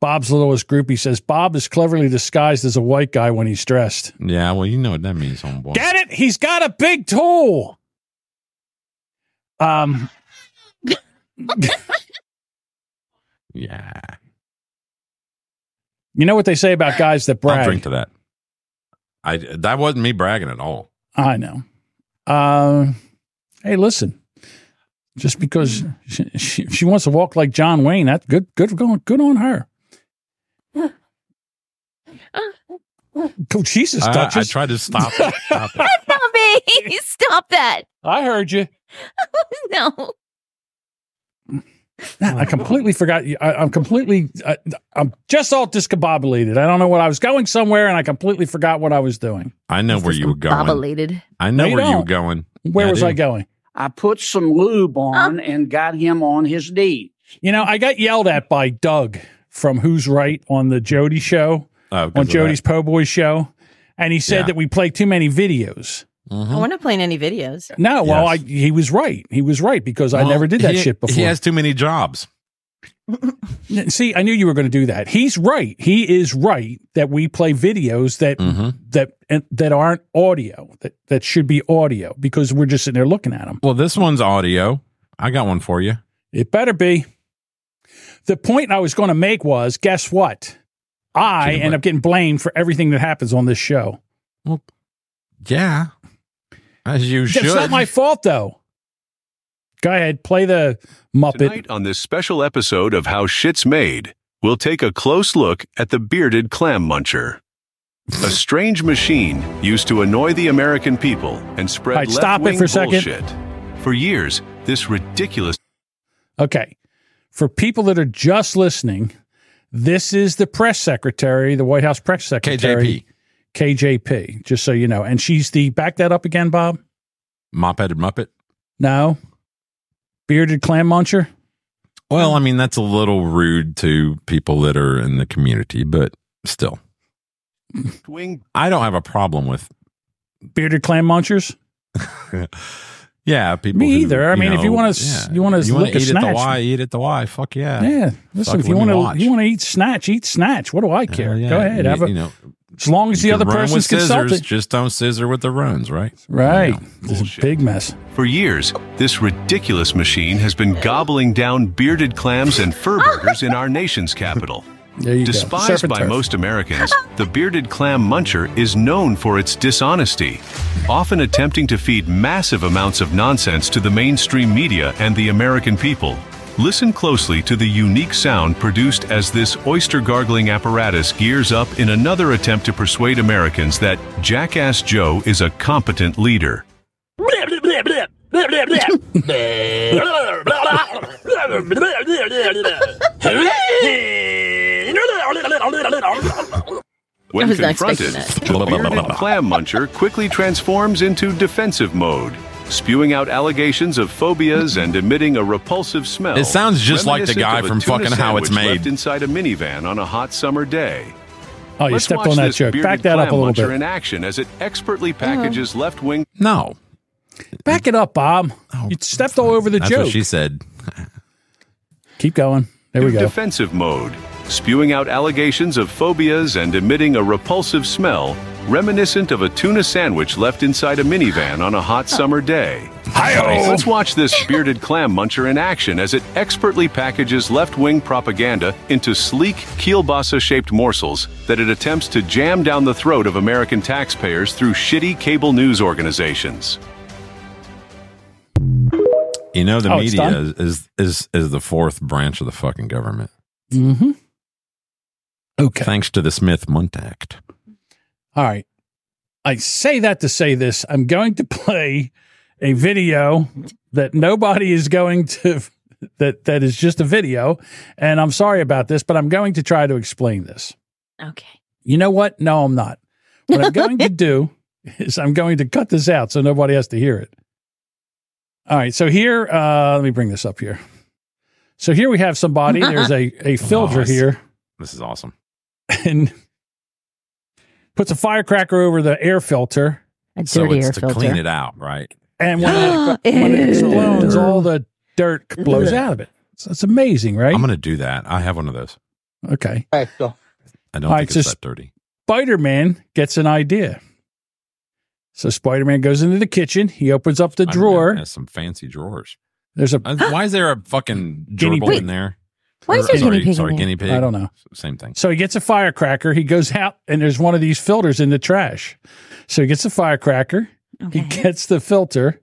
Bob's littlest groupie says Bob is cleverly disguised as a white guy when he's dressed.
Yeah, well, you know what that means, homeboy.
Get it? He's got a big tool. Um.
yeah.
You know what they say about guys that brag.
I'll drink to that. I that wasn't me bragging at all.
I know. Um, hey, listen. Just because she, she, if she wants to walk like John Wayne, that's good. Good for going. Good on her. Go, Jesus,
I- I
Duchess.
tried to stop it. Stop it.
Bobby, stop that.
I heard you.
no.
I completely forgot. you- I, I'm completely. I, I'm just all discombobulated. I don't know what I was going somewhere, and I completely forgot what I was doing.
I know where you were going. I
No,
know
you
where you were
don't.
going.
Where
Yeah,
was
do.
I going?
I put some lube on and got him on his knee.
You know, I got yelled at by Doug from Who's Right on the Jody show,
Oh, 'cause
on
of
Jody's Po Boys show, and he said
Yeah.
that we play too many videos.
Mm-hmm. Hmm?
I we're not playing any videos.
No, well, I, he was right. He was right because I
Well,
never did that
he-
shit before.
He has too many jobs.
N- See, I knew you were going to do that. He's right. He is right that we play videos that
Mm-hmm.
that and, that aren't audio that that should be audio because we're just sitting there looking at them.
Well, this one's audio. I got one for you.
It better be. The point I was going to make was, guess what? I end up getting blamed for everything that happens on this show.
Well, yeah, as you
It's not
should.
my fault though. Go ahead, play the Muppet.
Tonight on this special episode of How Shit's Made, we'll take a close look at the bearded clam muncher. A strange machine used to annoy the American people and spread
All right, stop it
left-wing
for a second.
bullshit. For years, this ridiculous
Okay. For people that are just listening, this is the press secretary, the White House press secretary. KJP. KJP, just so you know. And she's the, back that up again, Bob?
Mop-headed Muppet.
No. Bearded clam muncher?
Well, I mean, that's a little rude to people that are in the community, but still. I don't have a problem with,
Bearded clam munchers?
yeah, people.
Me
who,
either. I mean, if you wanna s- you wanna
wanna
lick a
eat at the
snatch-
Y, eat at the Y. Fuck yeah.
Yeah.
Fuck,
Listen, if
let
you
me
want
watch.
to you want to eat snatch, eat snatch. What do I care?
Hell yeah.
Go ahead.
You-
have a,
you know,
as long as the
you
other
run with
person's
scissors,
consulted.
Just don't scissor with the runs, right?
Right. This is a big mess.
For years, this ridiculous machine has been gobbling down bearded clams and fur burgers in our nation's capital.
There you go. Surf
Despised
and
by
turf.
most Americans, the bearded clam muncher is known for its dishonesty, often attempting to feed massive amounts of nonsense to the mainstream media and the American people. Listen closely to the unique sound produced as this oyster gargling apparatus gears up in another attempt to persuade Americans that Jackass Joe is a competent leader.
I
When
was not
confronted,
expecting
the bearded clam muncher quickly transforms into defensive mode, spewing out allegations of phobias and emitting a repulsive smell.
It sounds just like the
reminiscent
guy
of a
from
tuna
fucking How It's
sandwich
Made.
Left inside a minivan on a hot summer day.
Oh, you
Let's
stepped
watch
on that
this
joke.
bearded
Back that up a
clam
little
muncher
bit.
In action, as it expertly packages
Hmm.
left-wing.
No,
Back it up, Bob. you stepped all over the
That's
joke.
what
she said.
Keep going. There we
to
go.
Defensive mode, spewing out allegations of phobias and emitting a repulsive smell reminiscent of a tuna sandwich left inside a minivan on a hot summer day. Let's watch this bearded clam muncher in action as it expertly packages left wing propaganda into sleek kielbasa shaped morsels that it attempts to jam down the throat of American taxpayers through shitty cable news organizations.
You know, the
Oh, it's
media
done?
is, is is is the fourth branch of the fucking government.
Mm-hmm. Okay.
Thanks to the Smith Munt Act.
All right. I say that to say this. I'm going to play a video that nobody is going to that that is just a video. And I'm sorry about this, but I'm going to try to explain this.
Okay.
You know what? No, I'm not. What I'm going to do is I'm going to cut this out so nobody has to hear it. All right. So here, uh, let me bring this up here. So here we have somebody. There's a, a filter
Nice.
here
This is awesome.
and puts a firecracker over the air filter.
A
So it's to clean it out, right?
And when, it, when it explodes, all the dirt blows out of it. So it's amazing, right?
I'm going to do that. I have one of those.
Okay.
I don't
All right,
think
so
it's
s-
that dirty.
Spider Man gets an idea. So Spider Man goes into the kitchen. He opens up the
I don't know. It
drawer.
has some fancy drawers.
There's a.
Uh, Why is there a fucking
Guinea
gerbil
pig.
in there?
Why is
Or-
there a
sorry,
guinea pig in
Sorry,
there?
guinea pig.
I don't know.
Same thing.
So he gets a firecracker. He goes out and there's one of these filters in the trash. So he gets a firecracker. He gets the filter.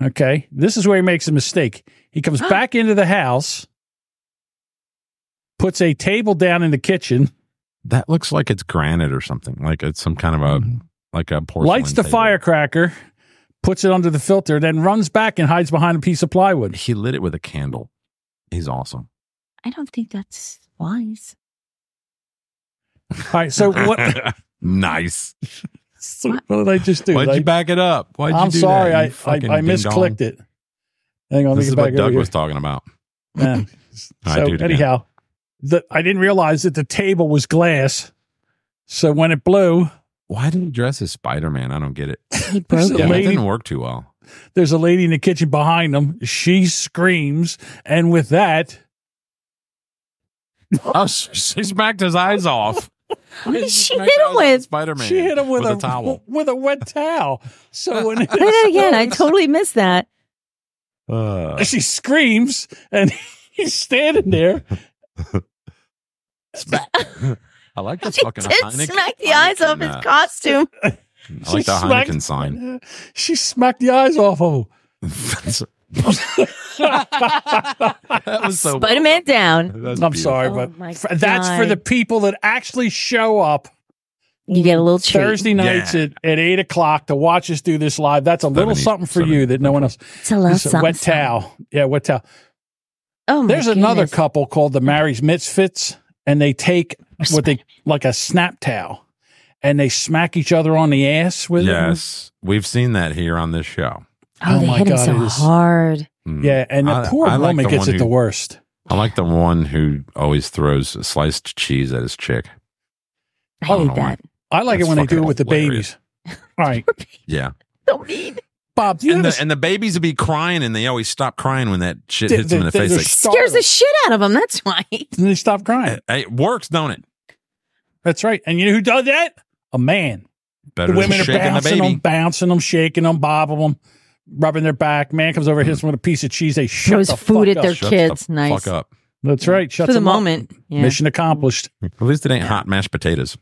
Okay. This is where he makes a mistake. He comes back into the house, puts a table down in the kitchen,
That looks like it's granite or something. Like it's some kind of a like a porcelain.
Mm-hmm. lights the
table.
firecracker, puts it under the filter, then runs back and hides behind a piece of plywood.
He lit it with a candle. He's awesome.
I don't think that's wise.
All right. So what?
nice.
So what did I just do?
Why'd
Did I-
you back it up? Why'd
I'm
you do
sorry,
that?
I,
you fucking
I, I
ding-dong.
misclicked it. Hang on, let me
This is
get back
what
over
Doug
here.
was talking about.
Yeah.
I
so
do it again.
anyhow, the, I didn't realize that the table was glass. So when it blew,
Why did he dress as Spider Man? I don't get it.
He
broke
it.
it.
didn't work too well.
there's a lady in the kitchen behind them. She screams, and with that,
Oh, she, she smacked his eyes off.
What did she hit
him
with?
Spider Man.
she hit him with,
a, towel.
with a wet towel. So when
Play that again. I totally missed that.
Uh,
she screams, and he's standing there.
I like this
She
fucking
did
Heineken.
smack the eyes off his
uh,
costume.
I like the
smacked-
Heineken sign.
She smacked the eyes off of
that was so.
Spider Man down.
That's
I'm
beautiful.
sorry,
Oh
but
my
f- that's for
God.
the people that actually show up
You get a little treat.
Thursday nights
Yeah.
at, at eight o'clock to watch us do this live. That's a little
70,
something for you that no one else.
It's a little
This is wet
something,
towel. Yeah, wet towel.
Oh, my
There's another
goodness.
couple called the Mary's Misfits, and they take what they like a snap towel, and they smack each other on the ass with it.
Yes, we've seen that here on this show.
Oh,
Oh
they
my
hit him
God,
so
it is-
hard.
Mm.
Yeah, and the
I-
poor
I like
woman
the
gets
one
it the
who-
worst.
I like the one who always throws sliced cheese at his chick.
I
don't
hate
know why.
that.
I like
That's
it when they do
fucking
it with
hilarious.
the babies. All right,
Yeah,
So mean.
Bob, do you
and
ever
the, and the babies would be crying, and they always stop crying when that shit
They-
hits them in the
they- they're
face.
Scares the shit out of him. That's why.
and they stop crying?
Like, hey, it works, don't it?
That's right. And you know who does that? A man.
Better
the women
than
are
shaking the
bouncing
baby.
them, bouncing them, shaking them, bobbing them, rubbing their back. Man comes over, hits them with a piece of cheese. They shut
Throws
the
food
fuck
at their
up.
Shuts
kids.
the
Nice.
Fuck up.
That's right. Shuts
For the
them up.
moment. Yeah.
Mission accomplished.
At least it ain't hot mashed potatoes.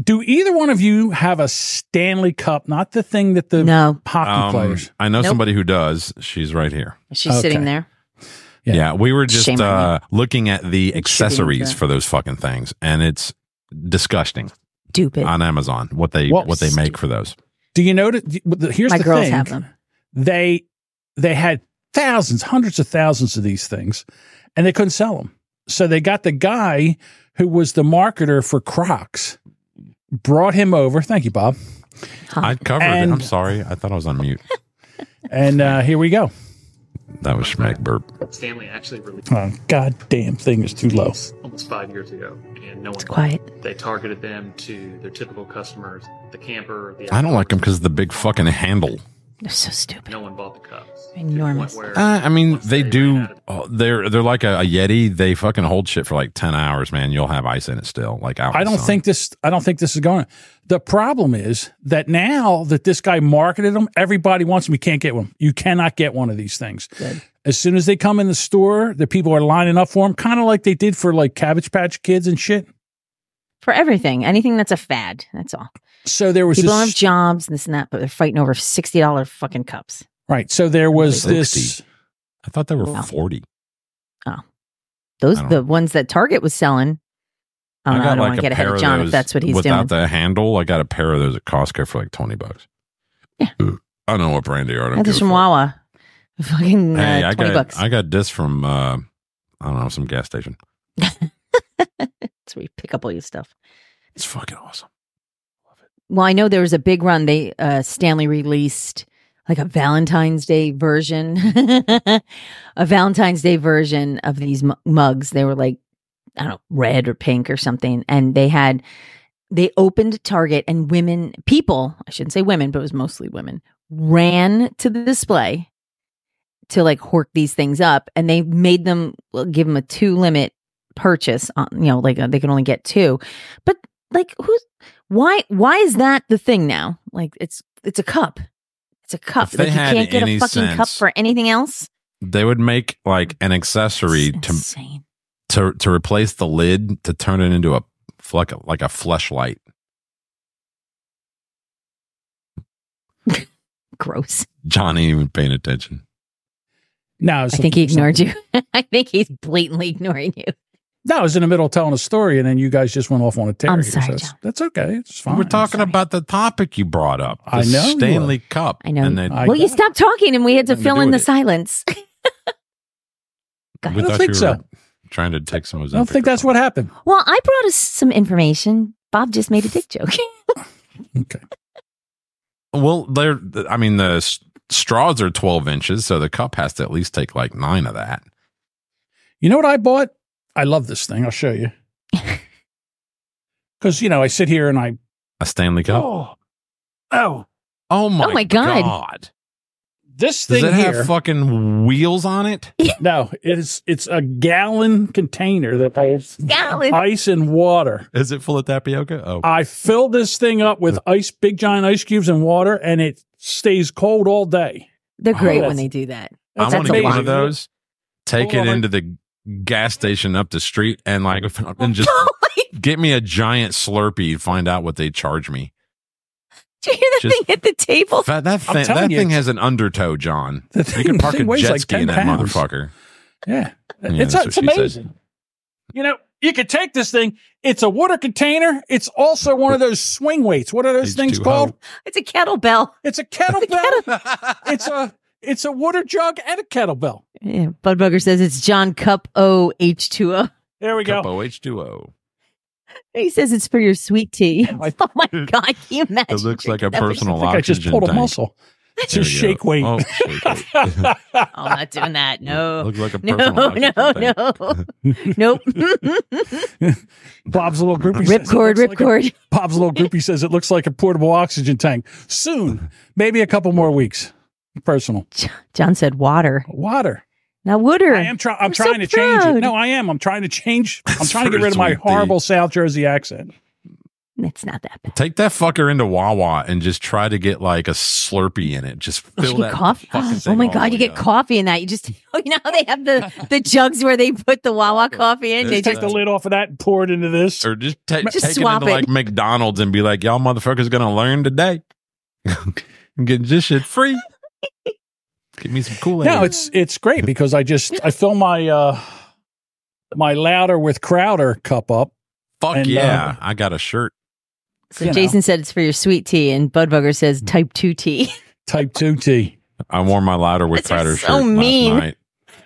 Do either one of you have a Stanley Cup? Not the thing that the
No.
hockey
Um,
players.
I know
Nope.
somebody who does. She's right here.
She's
Okay.
sitting there.
Yeah.
Yeah, we were just
Shame on
uh, looking at
It
the
should be
accessories
into-
for those fucking things, and it's disgusting
Stupid.
on Amazon what they
What-
what, they make for those.
Do you notice? th- the- Here's
My
the
girls
thing.
have them.
They they had thousands, hundreds of thousands of these things, and they couldn't sell them. So they got the guy who was the marketer for Crocs, brought him over. Thank you, Bob.
I covered
And-
it. I'm sorry. I thought I was on mute.
And uh, here we go.
That was Schmack Burp.
Stanley actually released
Oh, goddamn thing is too low.
almost five years ago, and no one.
quiet.
They targeted them to their typical customers, the camper, the.
I don't like them because of the big fucking handle.
They're so stupid.
No one bought the cups.
Enormous.
Uh, I mean, they do. oh, They're they're like a, a Yeti. They fucking hold shit for like ten hours, man. You'll have ice in it still. Like out in
I
the
don't
sun.
think this. I don't think this is going. The problem is that now that this guy marketed them, everybody wants them. You can't get one. You cannot get one of these things. As soon as they come in the store, the people are lining up for them, kind of like they did for like Cabbage Patch Kids and shit.
For everything, anything that's a fad. That's all.
So there was
People don't have
this,
jobs and this and that, but they're fighting over $60 fucking cups.
right. So there was
60.
this.
I thought they were
Wow.
forty.
Oh. Those
I don't-
the ones that Target was selling. Oh, I don't, know, I don't want to get ahead of John if that's what he's doing.
without the handle. I got a pair of those at Costco for like twenty bucks. Yeah. I don't know what brand they are. I don't
That's
give a
from
fuck.
Wawa. Fucking uh,
Hey, I
20
got
bucks.
I got this from uh, I don't know some gas station.
That's where you pick up all your stuff.
It's fucking awesome.
Well, I know there was a big run. They uh, Stanley released like a Valentine's Day version, a Valentine's Day version of these mu- mugs. They were like I don't know, red or pink or something, and they had they opened Target and women people. I shouldn't say women, but it was mostly women ran to the display to like hork these things up and they made them well, give them a two limit purchase on you know like uh, they can only get two but like who's why why is that the thing now like it's it's a cup it's a cup
If they
like you
had
can't get
any
a fucking cup
sense-
for anything else
They would make like an accessory to, to to replace the lid to turn it into a f- like a like a fleshlight.
Gross.
John ain't even paying attention.
No,
i think he ignored you i think he's blatantly ignoring you
No, I was in the middle of telling a story, and then you guys just went off on a tear.
I'm
here,
sorry,
so that's, that's okay. It's fine.
We're talking about the topic you brought up.
I
the
know you
Stanley Cup. I know. And then,
well you stopped talking and we had to
Nothing to
fill
do
in the
with it.
silence
we
I don't
thought
think
you
so.
were Trying to take some of
I don't think that's what happened.
well i brought us some information bob just made a dick joke
Well, they're. I mean, the s- straws are twelve inches, so the cup has to at least take like nine of that.
You know what I bought? I love this thing. I'll show you. Because you know, I sit here and I
A Stanley Cup.
oh oh
oh my,
my God. this
Does
thing
it
here
have fucking wheels on it?
no, it's it's a gallon container that has
Gallon.
ice and water.
Is it full of tapioca? Oh,
I filled this thing up with ice, big giant ice cubes and water, and it stays cold all day.
They're great
Oh,
when
that's-
they do that.
I
That's
want to get one of
amazing. Oh
those. Take
Hold
it
on.
into the gas station up the street and like and just
Oh
get me a giant Slurpee. and Find out what they charge me.
Do you hear that
Just-
thing at the
Oh,
table?
That, that thing, that thing has an undertow, John.
The
you
thing-
can
the
park a
thing weighs
jet
like
ski in
10
that
pounds.
motherfucker.
Yeah.
Yeah,
it's
that's
it's
what she said.
amazing. You know, you could take this thing. It's a water container. It's also one of those swing weights. What are those things
H2O.
called?
It's a kettlebell.
It's a kettlebell. it's a it's a water jug and a kettlebell.
Yeah, Budbugger says it's John Cup O H2O.
There we
go. Cup H two O.
He says it's for your sweet tea. oh my God, can you imagine?
It looks like a
That was-
personal
I think I just
oxygen
pulled a
tank.
muscle. It's
There
a
you go.
shake weight.
Oh, shake weight.
oh, I'm not doing that. No.
Looks like a
no,
personal
no,
oxygen
no. nope.
Bob's little groupie.
Ripcord,
says it looks
ripcord.
Like a, Bob's little groupie says it looks like a portable oxygen tank. Soon, maybe a couple more weeks. Personal
John said water.
water.
Now, Wooder.
I am trying. I'm
We're so
trying to change
proud.
it. No, I am. I'm trying to change. I'm trying to get
pretty
rid of my
sweet, dude.
horrible South Jersey accent.
It's not that bad.
Take that fucker into Wawa and just try to get like a Slurpee in it. Just
You
fill
get
that
coffee.
fucking
Oh
thing
my
all the
God, you
way
get
up.
coffee in that. You just, oh, you know how they have the, the jugs where they put the Wawa coffee in? They
Just take
just,
the lid off of that and pour it into this.
or just, ta-
Just
take
swap
it into
it.
like McDonald's and be like, y'all motherfuckers gonna learn today. I'm getting this shit free. Give me some Kool Aid.
No, it's it's great because I just I fill my uh my louder with Crowder cup up.
fuck
and,
yeah.
uh,
I got a shirt.
so
you know.
Jason said it's for your sweet tea, and Budbugger says type 2 tea.
Type two tea.
I wore my louder with
That's
Crowder
so
shirt
mean.
last night.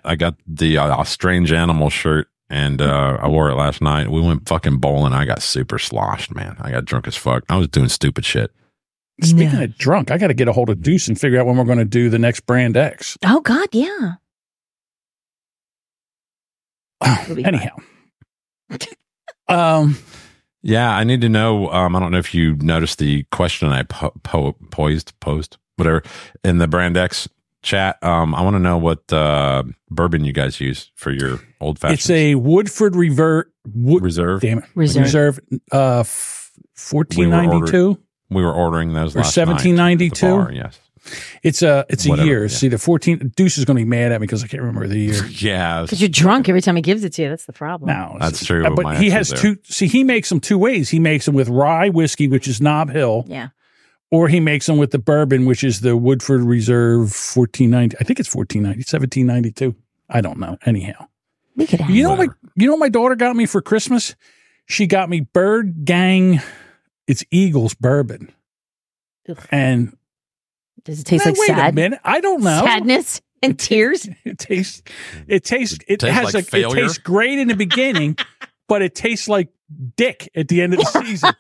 I got the uh, strange animal shirt and uh, I wore it last night. We went fucking bowling. I got super sloshed, man. I got drunk as fuck. I was doing stupid shit.
Speaking of drunk, I got to get a hold of Deuce and figure out when we're going to do the next Brand X.
Oh God, yeah.
Anyhow, um,
Yeah, I need to know. Um, I don't know if you noticed the question I po- po- poised, posed, whatever, in the Brand X chat. Um, I want to know what uh, bourbon you guys use for your old
it's
fashioned
a Woodford Revert Wood,
reserve.
Damn it,
Reserve.
Reserve. Uh, f-
We
fourteen
were ordered-
ninety two.
We were ordering those
Or
last night at the
1792?
bar, Yes.
It's a it's a
Whatever,
year. It's either fourteen. Deuce is going to be mad at me because I can't remember the year.
Yeah.
Because you're drunk every time he gives it to you. That's the problem.
No,
That's true.
Uh, but
My
he
answer's
has
there.
two. See, he makes them two ways. He makes them with rye whiskey, which is Knob Hill,
Yeah.
or he makes them with the bourbon, which is the Woodford Reserve 1490. I think it's 1490, 1792. I don't know. Anyhow,
We could
you know what my you know what my daughter got me for Christmas? She got me Bird Gang. It's Eagles bourbon,
Ugh.
and
Does it taste
Now,
like
wait
sad?
a minute. I don't know.
Sadness and tears.
It tastes. It tastes. It,
tastes
has
like
a. It
failure.
tastes great in the beginning, but it tastes like dick at the end of the season.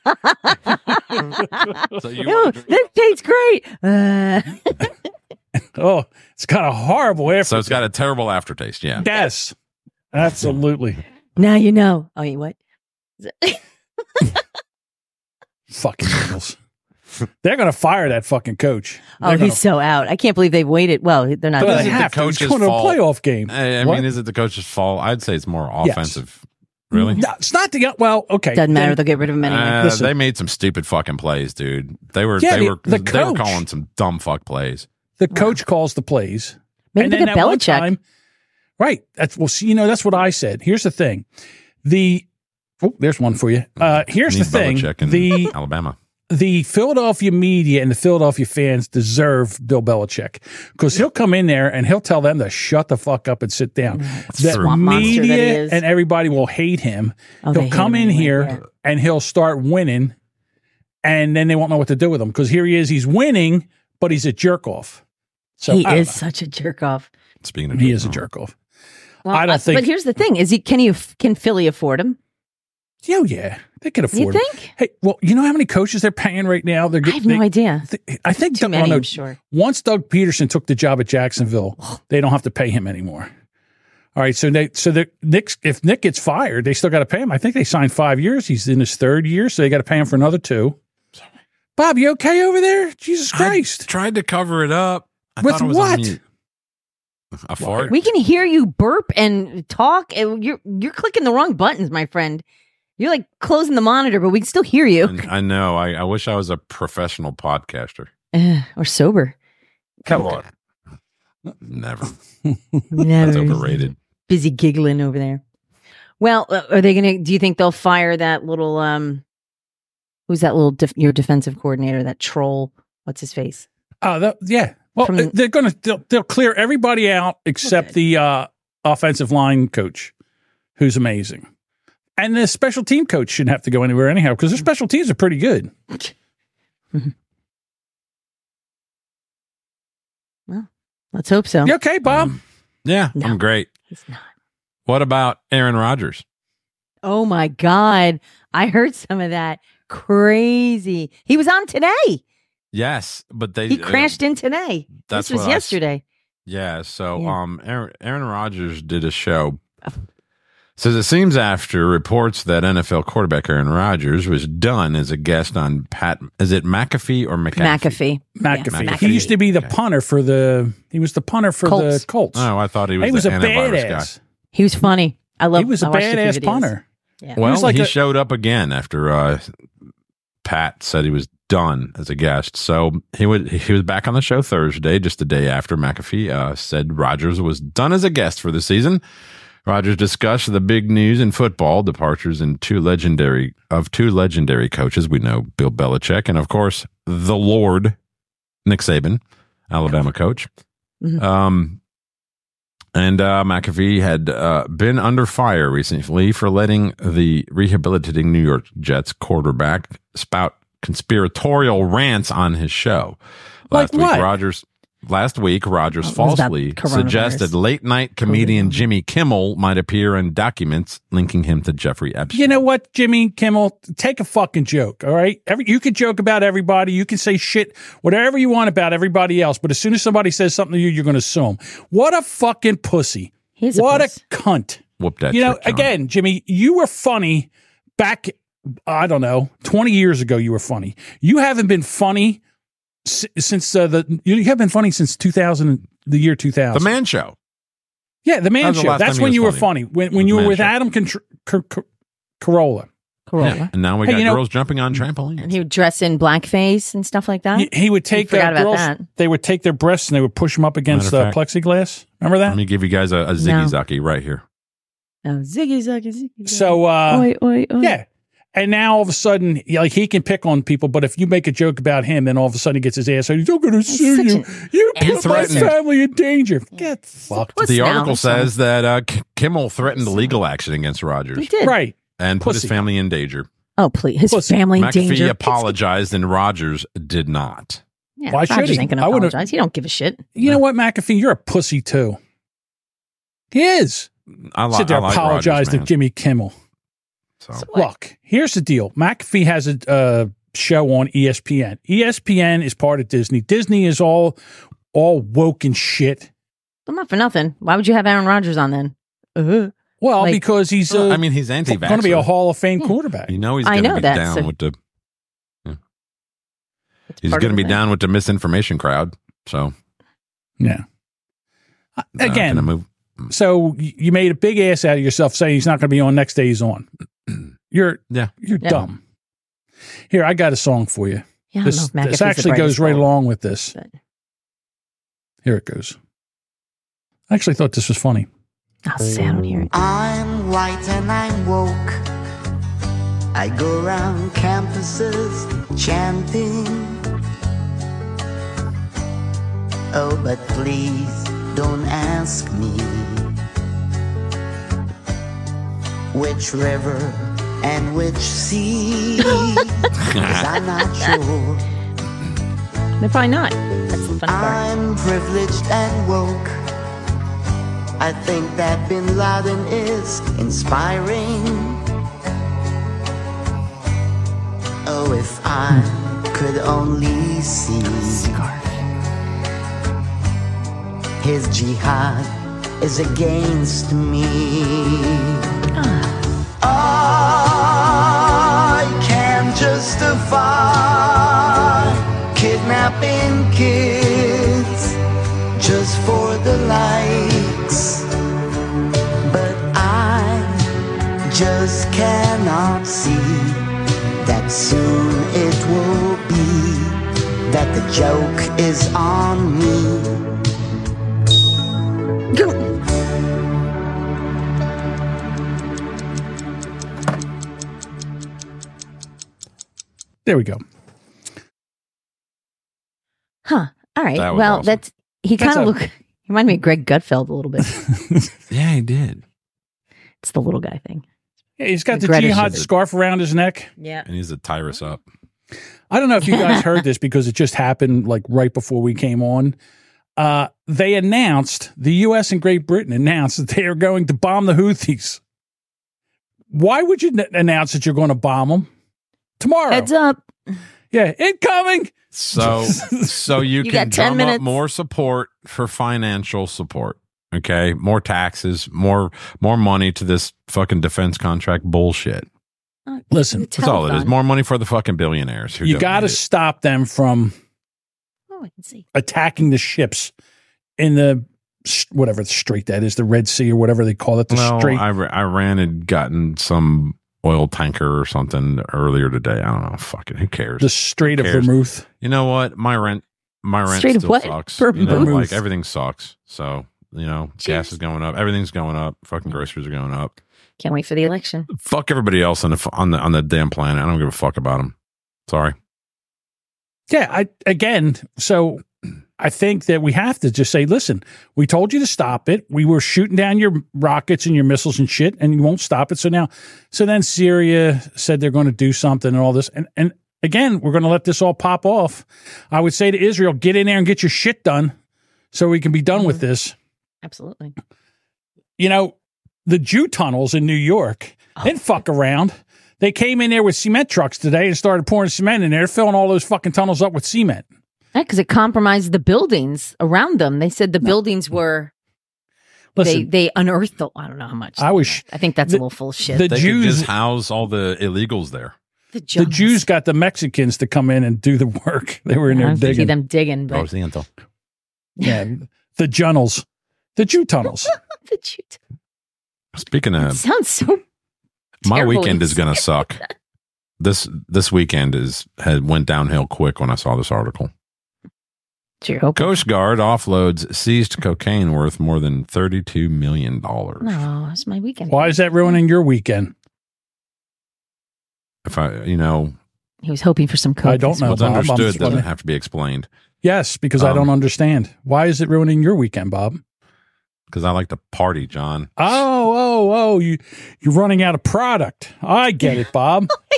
so you
Ew, this tastes great. Uh,
oh, it's got a horrible aftertaste.
So it's got a terrible aftertaste. Yeah.
Yes, absolutely.
now you know. Oh, you what?
fucking Eagles. They're going to fire that fucking coach.
Oh,
They're
he's
gonna-
so out. I can't believe they waited. Well, they're not.
But
they
they have
have
to. He's
coach's
going to a
fault.
playoff game.
I, I
What?
mean, is it the coach's fault? I'd say it's more
Yes.
offensive. Really?
No, it's not the well. Okay,
Doesn't matter.
Then-
They'll get rid of him anyway.
Uh,
Listen.
they made some stupid fucking plays, dude. They were
Yeah,
they
the-
were
the
they were
coach.
calling some dumb fuck plays.
The coach calls the plays.
Maybe they
that
get
one
Belichick.
time- right. That's well. See, you know, that's what I said. Here's the thing. The oh, there's one for you. Uh, here's the
Need
thing.
Belichick in
The
Alabama.
the Philadelphia media and the Philadelphia fans deserve Bill Belichick because he'll come in there and he'll tell them to shut the fuck up and sit down. That
Swamp monster that he
media
is.
and everybody will hate him.
Oh, they
he'll
hate
come
him
in
anyway,
here and he'll start winning, and then they won't know what to do with him because here he is. He's winning, but he's a jerk off. So
he
I don't
is
know.
such a jerk off. uh,
Speaking of
He is a jerk off. I don't
But
think.
here's the thing: is he can you can Philly afford him?
Oh yeah, they can
You
afford. it.
think?
Hey, well, you know how many coaches they're paying right now? They're
I
getting.
have no idea.
I think
Too
Doug-
many,
no,
I'm sure.
once Doug Peterson took the job at Jacksonville, they don't have to pay him anymore. All right, so they so the Nick's if Nick gets fired, they still got to pay him. I think they signed five years. He's in his third year, so they got to pay him for another two. Bob, you okay over there? Jesus Christ!
Tried to cover it up. I
With
thought it was
what?
On mute. A fart.
We can hear you burp and talk. and You're you're clicking the wrong buttons, my friend. You're like closing the monitor, but we can still hear you.
I know. I, I wish I was a professional podcaster.
Eh, or sober.
Come on. Never. That's
Never.
overrated.
Busy giggling over there. Well, uh, are they gonna? Do you think they'll fire that little um? Who's that little def- your defensive coordinator? That troll? What's his face?
Oh, that, yeah. Well, uh,
From-
they're gonna they'll, they'll clear everybody out except the uh, offensive line coach, who's amazing, and the special team coach shouldn't have to go anywhere anyhow because
Mm.
their special teams are pretty good.
Let's hope so.
You okay, Bob?
Um, Yeah, I'm great.
He's not.
What about Aaron Rodgers?
Oh my God. I heard some of that. Crazy. He was on today.
Yes, but they
He crashed in today.
uh, that's
this was
what I s-
yesterday.
Yeah. So
Yeah.
um Aaron, Aaron Rodgers did a show. Says it seems after reports that NFL quarterback Aaron Rodgers was done as a guest on Pat is it McAfee or McAfee?
McAfee.
McAfee.
Yeah,
He used to be the punter for the. He was the punter for
Colts.
the Colts.
Oh, I thought he was,
he was
the
a
antivirus
badass.
He was funny. I love
He was a
I watched a few
badass
videos.
punter.
Yeah.
guy. Well,
was like
he
a-
showed up again after uh, Pat said he was done as a guest. So he would he was back on the show Thursday, just the day after McAfee uh, said Rodgers was done as a guest for the season. Rodgers discussed the big news in football, departures in two legendary of two legendary coaches. We know Bill Belichick and of course the Lord Nick Saban, Alabama coach.
Mm-hmm.
Mhm.
Um, and uh, McAfee had uh, been under fire recently for letting the rehabilitating New York Jets quarterback spout conspiratorial rants on his show.
Like
Last
what?
week, Rogers. Last week, Rogers
Oh, it was about
falsely suggested
coronavirus.
late night comedian Jimmy Kimmel might appear in documents linking him to Jeffrey Epstein.
You know what, Jimmy Kimmel? Take a fucking joke, all right? Every, you can joke about everybody. You can say shit, whatever you want about everybody else. But as soon as somebody says something to you, you're going to sue him. What a fucking pussy.
He's a
what a,
puss.
cunt.
Whoop that
you know,
shit, John.
again, Jimmy, you were funny back, I don't know, 20 years ago, you were funny. You haven't been funny si- since uh, the, you haven't been funny since 2000, the year 2000.
The Man Show.
Yeah, the man
That was the
show.
last
That's
time he
when
was
you were
funny.
funny. When when
The
you were
Man
with
Show.
Adam Contr- Cor- Cor- Corolla.
Corolla.
And now we
Hey,
got
you know-
girls jumping on trampolines.
And he would dress in blackface and stuff like that.
He, he would take
forgot about
their girls.
that.
They would take their breasts and they would push them up against
Matter
uh,
of
plexiglass. Remember
Let
that?
me give you guys a, a
No.
ziggy zaki right here.
Oh, ziggy zaggy ziggy.
So uh,
zaggy. Oi, oi, oi.
yeah, and now all of a sudden, yeah, like he can pick on people, but if you make a joke about him, then all of a sudden he gets his ass. out. You're going to sue
such
you. You put my
threatened.
family in danger. Get fucked.
Puss
the
now.
article says that uh, K- Kimmel threatened legal action against
He
Rogers
did.
Right.
and put his
Pussy.
family in danger.
Oh, please. His
Pussy.
family in
McAfee
danger.
apologized and Rogers did not.
Yeah,
Why should
Rogers
he?
ain't gonna
I wouldn't-
apologize. He don't give a shit.
You know what, McAfee? You're a pussy too. He is.
I, li-
Sit there
I like
apologize
Rogers,
to
man.
Jimmy Kimmel.
So
Look, here's the deal. McAfee has a uh, show on ESPN. ESPN is part of Disney. Disney is all all woke and shit.
Well, not for nothing. Why would you have Aaron Rodgers on then? Uh-huh.
Well,
Like-
because he's uh,
I mean, he's anti-vax.
Going to be a Hall of Fame quarterback.
you know he's
I
going to
know
be
that,
down
so-
with the. yeah. He's
part
going to
of
be
the
down with the misinformation crowd. So
Yeah.
not
Again,
gonna move-
so y- you made a big ass out of yourself saying he's not going to be on next day he's on. You're
yeah,
you're
Yeah.
dumb. Here, I got a song for you.
Yeah, I
this
don't know if McAfee's
this
the
actually
brightest
goes right
bulb.
along with this. Here it goes. I actually thought this was funny.
I'll sit on here.
I'm white and I'm woke. I go around campuses chanting. Oh, but please don't ask me which river and which sea. 'Cause I'm not sure.
They're probably not. That's the fun part.
I'm privileged and woke. I think that Bin Laden is inspiring. Oh, if I could only see his jihad is against me.
Ah.
I can justify kidnapping kids just for the likes. But I just cannot see that soon it will be that the joke is on me.
There we go.
Huh. All right.
That was
well,
awesome.
that's he
That's
kind of
a-
look he reminded me of Greg Gutfeld a little bit.
yeah, he did.
It's the little guy thing.
Yeah, he's got the,
Greta
jihad
shirt.
scarf around his neck.
Yeah.
and he's a tyrus up.
I don't know if you guys heard this because it just happened like right before we came on. Uh, they announced the U.S. and Great Britain announced that they are going to bomb the Houthis. Why would you n- announce that you're going to bomb them tomorrow?
Heads up.
Yeah, incoming.
So so you,
You
can
got 10
drum up
minutes.
more support for financial support. Okay, more taxes, more more money to this fucking defense contract bullshit.
Listen,
That's all it is. More money for the fucking billionaires. Who
you
don't
got to
need it.
stop them from
Oh, I can see.
attacking the ships in the s- whatever the strait that is, the Red Sea or whatever they call it, the
No,
strait.
"Oh, I, Iran had gotten some oil tanker or something earlier today. I don't know. Fucking who cares?
The Strait
Who
of
cares?
Vermouth.
You know what? My rent, my rent
Strait of
still
what?
sucks. You know,
Vermouth.
like everything sucks. So you know, gas is going up. Everything's going up. Fucking groceries are going up.
Can't wait for the election.
Fuck everybody else on the on the on the damn planet. I don't give a fuck about them. Sorry.
Yeah, I again, so I think that we have to just say, listen, we told you to stop it. We were shooting down your rockets and your missiles and shit, and you won't stop it. So now, so then Syria said they're going to do something and all this, and and again, we're going to let this all pop off. I would say to Israel, get in there and get your shit done, so we can be done with this.
Absolutely.
You know, the Jew tunnels in New York, they didn't fuck around. They came in there with cement trucks today and started pouring cement in there, filling all those fucking tunnels up with cement.
Yeah, because it compromised the buildings around them. They said the buildings were
Listen.
they they unearthed. The, I don't know how much.
I was.
I think that's a little full of shit.
the
they
Jews-
could just house all the illegals there.
the,
The
Jews.
Jews got the Mexicans to come in and do the work. They were in
I
there
don't see
digging.
them digging, but
Rosiento.
Yeah, the Junnels, the Jew tunnels.
the Jews.
Speaking of,
sounds so.
my
terrible
weekend
to
is gonna suck. This this weekend is had went downhill quick when I saw this article. Coast Guard offloads seized cocaine worth more than thirty-two million dollars.
No, it's my weekend.
Why is that ruining your weekend?
If I, you know,
He was hoping for some coke.
I don't know.
what's
Bob. I'm
understood doesn't
sorry.
have to be explained
Yes, because I
Um,
don't understand. Why is it ruining your weekend, Bob?
because I like to party, John.
Oh, oh, oh! You you're running out of product. I get it, Bob.
Oh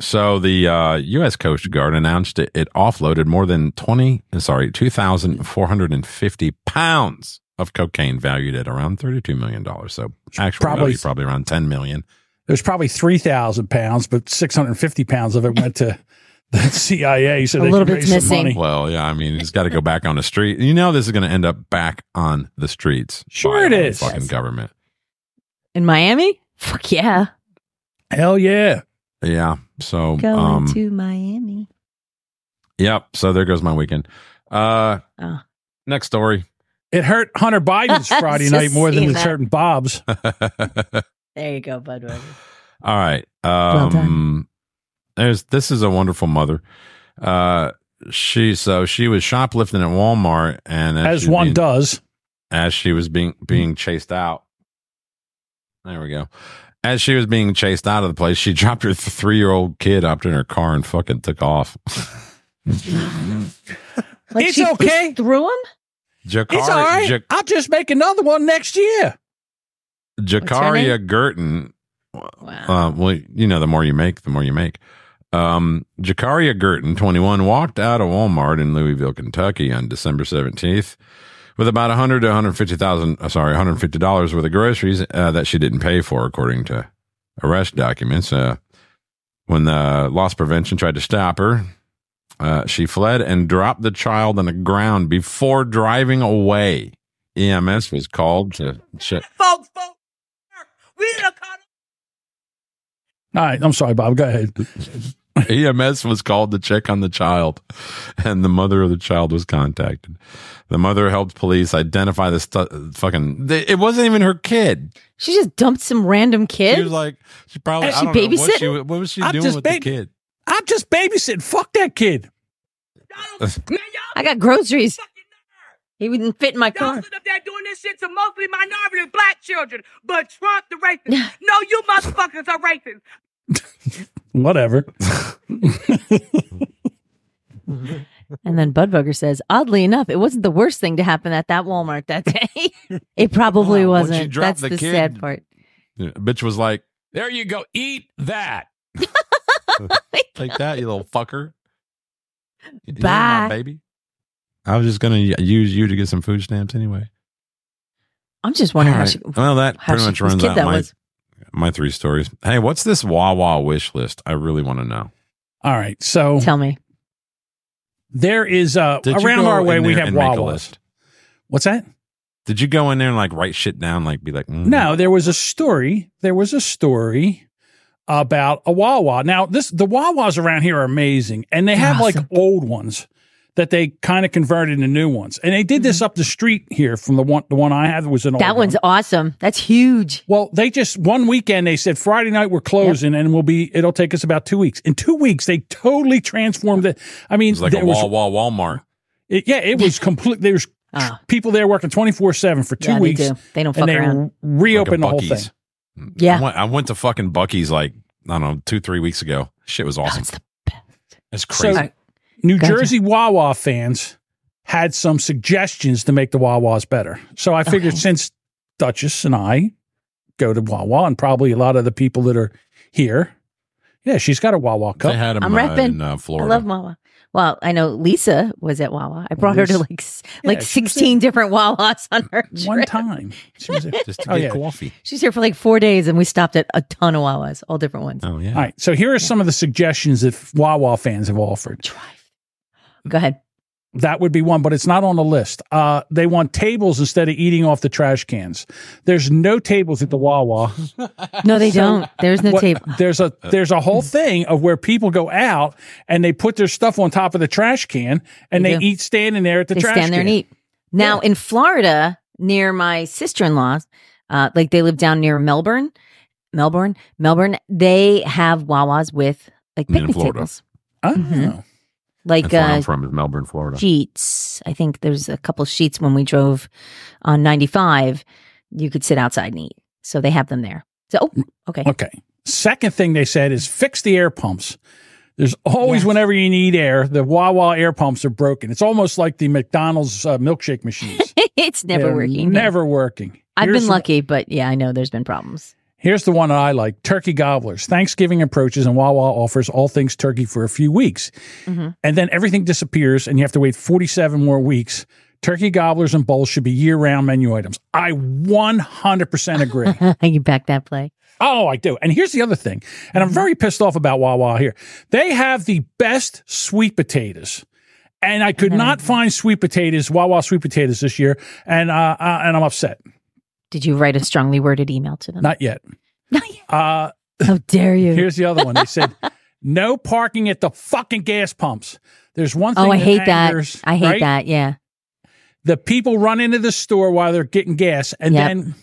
So the uh, U.S. Coast Guard announced it, it offloaded more than twenty, uh, sorry, two thousand four hundred and fifty pounds of cocaine valued at around thirty-two million dollars. So actually,
Probably-
probably probably around ten million.
There's probably 3,000 pounds, but 650 pounds of it went to the CIA. So they could raise some money.
Well, yeah, I mean, it's got to go back on the street. You know, this is going to end up back on the streets. Sure,
it is.
Fucking government.
in Miami? Fuck yeah.
Hell yeah.
Yeah. So,
Going
um,
to Miami.
yep. So there goes my weekend. Uh,
Oh.
next story.
It hurt Hunter Biden's Friday night
Just
more than
seeing
it's
that.
hurting Bob's.
There you go, Bud. Rosen.
All right. Um, there's this is a wonderful mother. Uh, she so she was shoplifting at Walmart, and
As
she was
one
being-
does.
as she was being being chased out. There we go. As she was being chased out of the place, she dropped her three year old kid up in her car and fucking took off.
Like
it's
she
okay.
Threw him?
Jakar-
It's all right.
Jak-
I'll just make another one next year.
Jakaria Gurton. Uh, well, you know, the more you make, the more you make. Um, Jakaria Gurton, 21, walked out of Walmart in Louisville, Kentucky on December 17th with about 100 to 150,000, uh, sorry, $150 worth of groceries uh, that she didn't pay for, according to arrest documents. Uh, when the loss prevention tried to stop her, uh, she fled and dropped the child on the ground before driving away. EMS was called to check.
Folks, folks, we done caught
All right. I'm sorry, Bob. Go ahead.
EMS was called to check on the child, and the mother of the child was contacted. The mother helped police identify the stu- fucking. They, it wasn't even her kid.
She just dumped some random kid.
She was like, she probably.
Is
I
she
don't know what
babysitting?
she wa- what was she
I'm
doing
just
with the
bab-
kid?
I'm just babysitting. Fuck that kid.
I got groceries. He wouldn't fit in my
Y'all
car.
sit up there doing this shit to mostly minority and black children, but Trump the racist. no, you motherfuckers are racist.
Whatever.
And then Budbugger says, oddly enough, it wasn't the worst thing to happen at that Walmart that day. it probably
Wow, once you
wasn't.
drop
That's
the
the,
kid-
sad part.
Yeah, bitch was like, "There you go, eat that." Take that, you little fucker. You hear
Bye.
my baby. I was just gonna y- use you to get some food stamps anyway.
I'm just wondering
All
how
right.
she.
well, that
how
pretty
she-
much
whose
runs
kid
out
that
my,
was.
my three stories. Hey, what's this Wawa wish list? I really want to know.
All right. So
tell me.
There is uh,
Did you
around
go
our
in
way we
there
have
and make a
Wawa's.
list?
What's that?
Did you go in there and like write shit down? Like be like, mm,
No, there was a story. There was a story about a Wawa. Now, this the Wawas around here are amazing, and they have like old ones that they kind of converted into new ones. And they did this up the street here from the one the one I had was an old
That one's awesome. That's huge.
Well, they just one weekend they said Friday night we're closing and we'll be it'll take us about two weeks. In two weeks they totally transformed it. I mean,
it's like a
there was-
Wawa Walmart.
it- yeah, it was complete. There's people there working twenty four seven for two
Ah. Yeah, they
weeks.
do. They don't
and
fuck
they
around.
Like a
Reopened the whole
Buc-ee's.
thing.
I
Yeah.
went, I went to fucking Bucky's like I don't know two three weeks ago. Shit was awesome. it's crazy.
So, New Jersey Wawa fans had some suggestions to make the Wawas better. So I figured since Duchess and I go to Wawa and probably a lot of the people that are here, yeah, she's got a Wawa cup.
they had them
I'm
uh,
repping.
in uh, Florida.
I love Wawa. Well, I know Lisa was at Wawa. I brought her to
Lisa-
like s- like
Yeah, she was
16 different Wawas on her trip.
One time. She was
just
Oh, yeah.
coffee.
She's here for like four days, and we stopped at a ton of Wawas, all different ones.
Oh
All right. So here are some of the suggestions that Wawa fans have offered.
Go ahead.
That would be one, but it's not on the list. Uh, they want tables instead of eating off the trash cans. There's no tables at the Wawa.
No, they
So-
don't. There's no
What-
table.
There's a there's a whole thing of where people go out and they put their stuff on top of the trash can and
They
they,
do.
eat standing there at the
they
trash
stand there
can.
and eat. Now in Florida, near my sister in law, uh, like they live down near Melbourne, Melbourne, Melbourne. They have Wawas with like
I mean, in
picnic
Florida.
tables, Mm-hmm.
Oh.
like
That's where
uh,
I'm from is Melbourne, Florida.
sheets. I think there's a couple sheets when we drove on ninety five. You could sit outside and eat, so they have them there. So
Mm.
oh, okay,
Okay. Second thing they said is fix the air pumps. There's always whenever you need air, the Wawa air pumps are broken. It's almost like the McDonald's uh, milkshake machines.
it's never
They're
working.
Never working.
I've
Here's
been
the-
lucky, but yeah, I know there's been problems.
Here's the one that I like turkey gobblers. Thanksgiving approaches, and Wawa offers all things turkey for a few weeks.
Mhm.
And then everything disappears, and you have to wait 47 more weeks. Turkey gobblers and bowls should be year round menu items. I 100% agree.
you back that play.
Oh, I do. And here's the other thing. And
Mm-hmm.
I'm very pissed off about Wawa here. They have the best sweet potatoes. And I could
Mm-hmm.
not find sweet potatoes, Wawa sweet potatoes this year. And, uh, uh, and I'm upset.
Did you write a strongly worded email to them?
Not yet. Not yet. Uh,
How dare you?
Here's the other one. They said, no parking at the fucking gas pumps. There's one thing
Oh, I hate that.
angers,
I hate
right?
that. Yeah.
the people run into the store while they're getting gas and
Yep.
then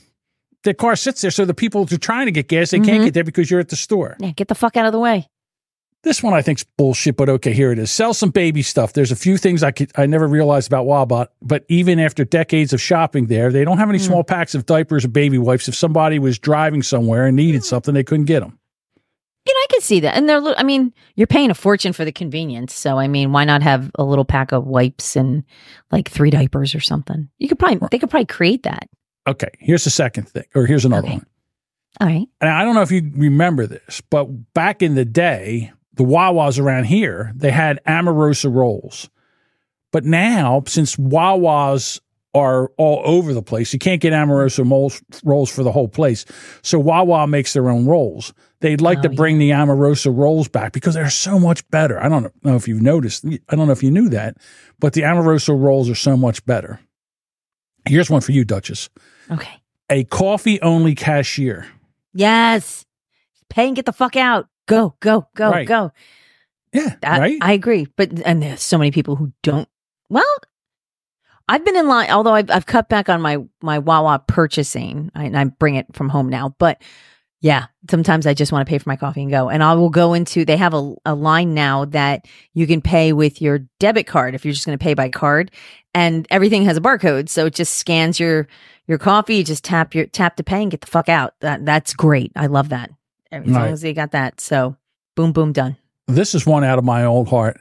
the car sits there so the people who are trying to get gas they can't
Mhm.
get there because you're at the store
Yeah. Get the fuck out of the way.
this one i think's bullshit but okay here it is sell some baby stuff there's a few things i could i never realized about wabat but even after decades of shopping there they don't have any small packs of diapers or baby wipes if somebody was driving somewhere and needed something they couldn't get them
You know, I could see that. And they're, li- I mean, you're paying a fortune for the convenience. So, I mean, why not have a little pack of wipes and like three diapers or something? You could probably, they could probably create that.
okay here's the second thing or here's another one
All right.
and I don't know if you remember this, but back in the day, the Wawas around here, they had Amorosa rolls. But now, since Wawas are all over the place, you can't get Amorosa moles, rolls for the whole place. So Wawa makes their own rolls. They'd like to bring the Amorosa rolls back because they're so much better. I don't know if you've noticed. I don't know if you knew that, but the Amorosa rolls are so much better. Here's one for you, Duchess.
Okay.
A coffee only cashier.
Yes. Pay and get the fuck out. Go, go, go,
Right.
go.
Yeah.
I, I agree. But, and there's so many people who don't, well, I've been in line, although I've, I've cut back on my, my Wawa purchasing I, and I bring it from home now, but yeah, sometimes I just want to pay for my coffee and go. And I will go into, they have a, a line now that you can pay with your debit card if you're just going to pay by card and everything has a barcode. So it just scans your, your coffee, you just tap your, tap to pay and get the fuck out. That, that's great. I love that. As long
Right.
as they got that. So boom, boom, done.
This is one out of my old heart.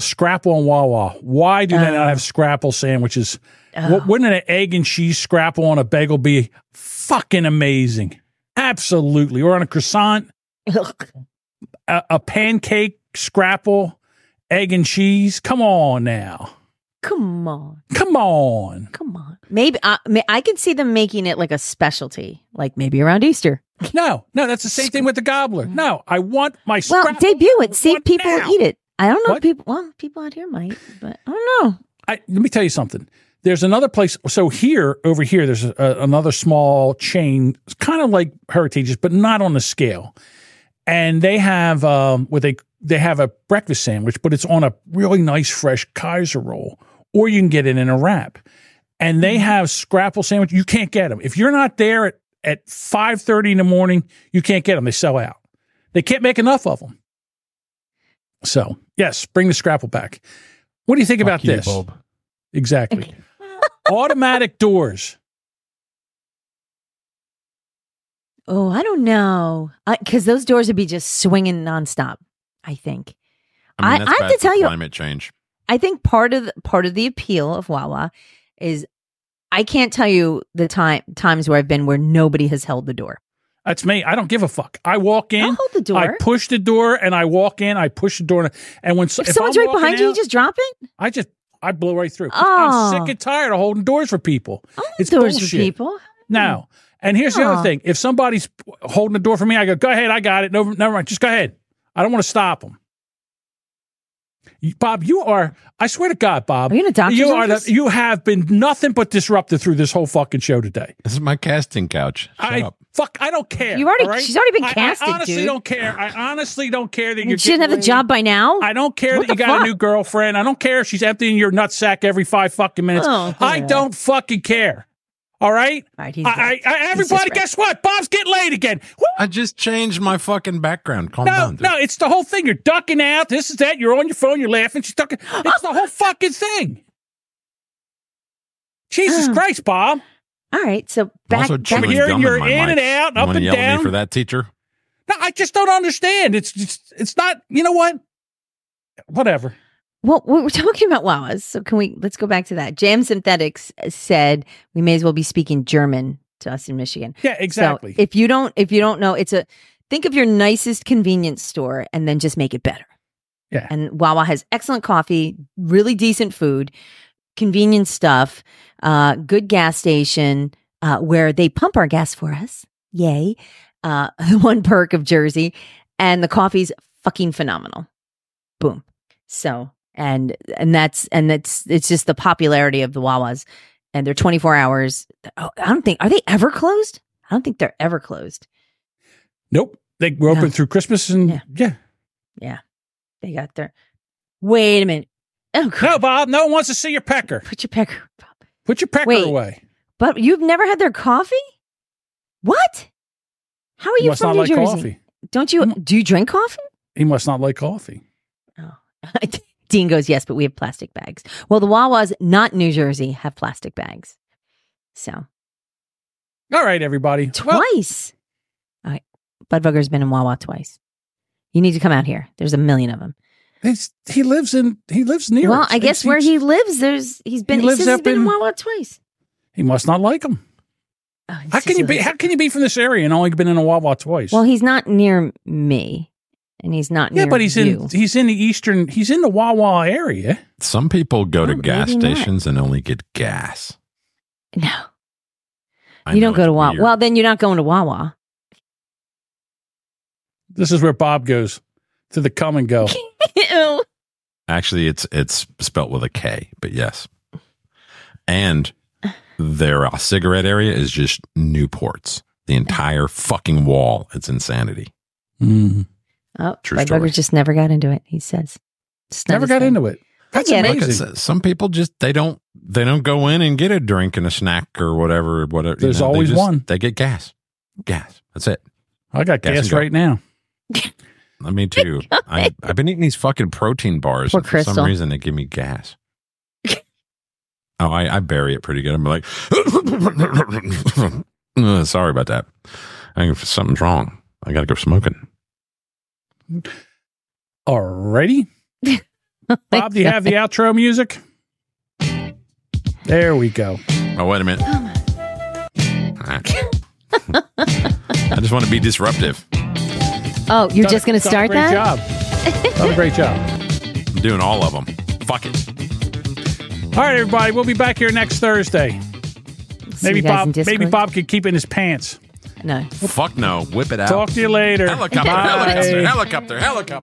Scrapple and Wawa. Why do they
Oh.
not have scrapple sandwiches? Wh- Wouldn't an egg and cheese scrapple on a bagel be fucking amazing? Absolutely. Or on a croissant, a, a pancake scrapple, egg and cheese. Come on now.
Come on.
Come on.
Maybe I, may- I could see them making it like a specialty, like maybe around Easter. Mm.
No, no, that's the same thing with the gobbler. No, I want my
Well,
scrapple.
debut it. See if people will eat it. I don't know
What?
if people. Well, people out here might, but I don't know.
I, let me tell you something. There's another place. So here, over here, there's a, another small chain, it's kind of like Heritage's, but not on the scale. And they have um, what they they have a breakfast sandwich, but it's on a really nice fresh Kaiser roll, or you can get it in a wrap. And
Mm-hmm.
they have scrapple sandwich. You can't get them if you're not there at at five thirty in the morning. You can't get them. They sell out. They can't make enough of them. So yes, bring the scrapple back. What do you think about
you,
this?
Bob.
Exactly. Automatic doors.
Oh, I don't know, because those doors would be just swinging nonstop. I think. I,
mean,
I
that's
have
bad
to
for
tell you,
climate change.
I think part of the, part of the appeal of Wawa is I can't tell you the time times where I've been where nobody has held the door.
That's me. I don't give a fuck. I walk in. I
hold the door.
I push the door and I walk in. I push the door. And when so-
If, someone's
I'm
right behind
walking
you, you
out,
just drop it.
I just I blow right through.
Oh.
I'm sick and tired of holding doors for people. it's
doors for
bullshit.
people?
No. And here's the
Aw.
other thing. If somebody's holding the door for me, I go, go ahead. I got it. No, never mind. Just go ahead. I don't want to stop them. Bob, you are, I swear to God, Bob. Are you in a
doctor's
you are
office?
the, You have been nothing but disruptive through this whole fucking show today. Uh,
This is my casting couch. Shut
I
up.
fuck. I don't care.
You already-
all right?
she's already been
I-
casted,
I honestly
dude.
don't care. I honestly don't care that
You
you're.
shouldn't have a
getting
job by now.
laid. I don't care
What
that you
the
got
fuck?
a new girlfriend. I don't care if she's emptying your nutsack every five fucking minutes.
Oh,
I
God.
don't fucking care. All right.
he's
I,
right.
I, I,
He's
everybody,
just right.
guess what? Bob's getting laid again. Woo!
I just changed my fucking background. Calm
No,
down, dude.
no, it's the whole thing. You're ducking out. This is that. You're on your phone. You're laughing. She's talking. It's the whole fucking thing. Jesus Christ, Bob.
All right, so back,
also
back
chewing
here,
gum
you're
in, my
in and
mic.
out,
You
up
wanna
and
yell at me
down.
for that teacher.
No, I just don't understand. It's just, it's not. You know what? Whatever.
Well, we we're talking about Wawas, so can we let's go back to that? Jam Synthetics uh, said we may as well be speaking German to us in Michigan.
Yeah,
So
exactly.
if you don't, if you don't know, it's a think of your nicest convenience store and then just make it better.
Yeah.
And Wawa has excellent coffee, really decent food, convenient stuff, uh, good gas station uh, where they pump our gas for us. Yay. uh, one perk of Jersey, and the coffee's fucking phenomenal. Boom. So and and that's and that's it's just the popularity of the Wawas, and they're twenty four hours. Oh, I don't think are they ever closed. I don't think they're ever closed.
Nope. They were open through Christmas and yeah. yeah.
Yeah, they got their. Wait a minute. Oh,
no, Bob. No one wants to see your pecker.
Put your pecker.
Put your pecker
Wait.
away.
But you've never had their coffee? What? How are
He
you
must
from
not
New
like
Jersey?
coffee. Mm.
Don't you do you drink coffee?
He must not like coffee.
Dean goes, yes, but we have plastic bags. Well, the Wawas, not New Jersey, have plastic bags. So
All right, everybody.
twice. All right. Budbugger's been in Wawa twice. You need to come out here. There's a million of them.
he lives in he lives near.
Well,
us.
I guess
It's-
where
it's-
he lives, there's he's been
He
he,
lives
says he's
up
been in
in-
Wawa twice.
He must not like him.
Oh,
how can you be? How can you be from this area and only been in a Wawa twice?
Well, he's not near me, and he's not
yeah,
near
but he's
you.
in he's in the eastern he's in the Wawa area.
Some people go to gas
Oh, maybe not.
stations and only get gas.
No.
I
You don't go to Wawa.
weird.
Well, then you're not going to Wawa.
This is where Bob goes to the come and go.
Ew.
Actually, it's it's spelt with a K, but yes. And their uh, cigarette area is just Newports. The entire fucking wall. It's insanity.
Oh,
True
Bud
story.
Bugger just never got into it. He says, Just not
Never
his
got
thing.
into it. That's
I get it.
Look, it's- uh, some people just they don't they don't go in and get a drink and a snack or whatever. Whatever.
There's
they
always
just-
one.
They get gas. Gas. That's it.
I got
Gas and
gas
go.
right now.
Uh, Me too. I, I've been eating these fucking protein bars.
Poor
and for
Crystal.
some reason, they give me gas. oh, I, I bury it pretty good. I'm like, "Ugh, sorry about that. I think something's wrong. I got to go smoking.
Alrighty. Bob, do you have the outro music? There we go.
Oh, wait a minute. Ah. I just want to be disruptive.
Oh, you're
Done-
just going to
done a
start
great
that?
job. Done a great job.
I'm doing all of them. Fuck it.
All right, everybody. We'll be back here next Thursday. Maybe
you guys in
Bob.
Discord.
Maybe Bob could keep it in his pants.
No.
Fuck no. Whip it out.
Talk to you later.
Helicopter,
Bye.
helicopter, helicopter, helicopter.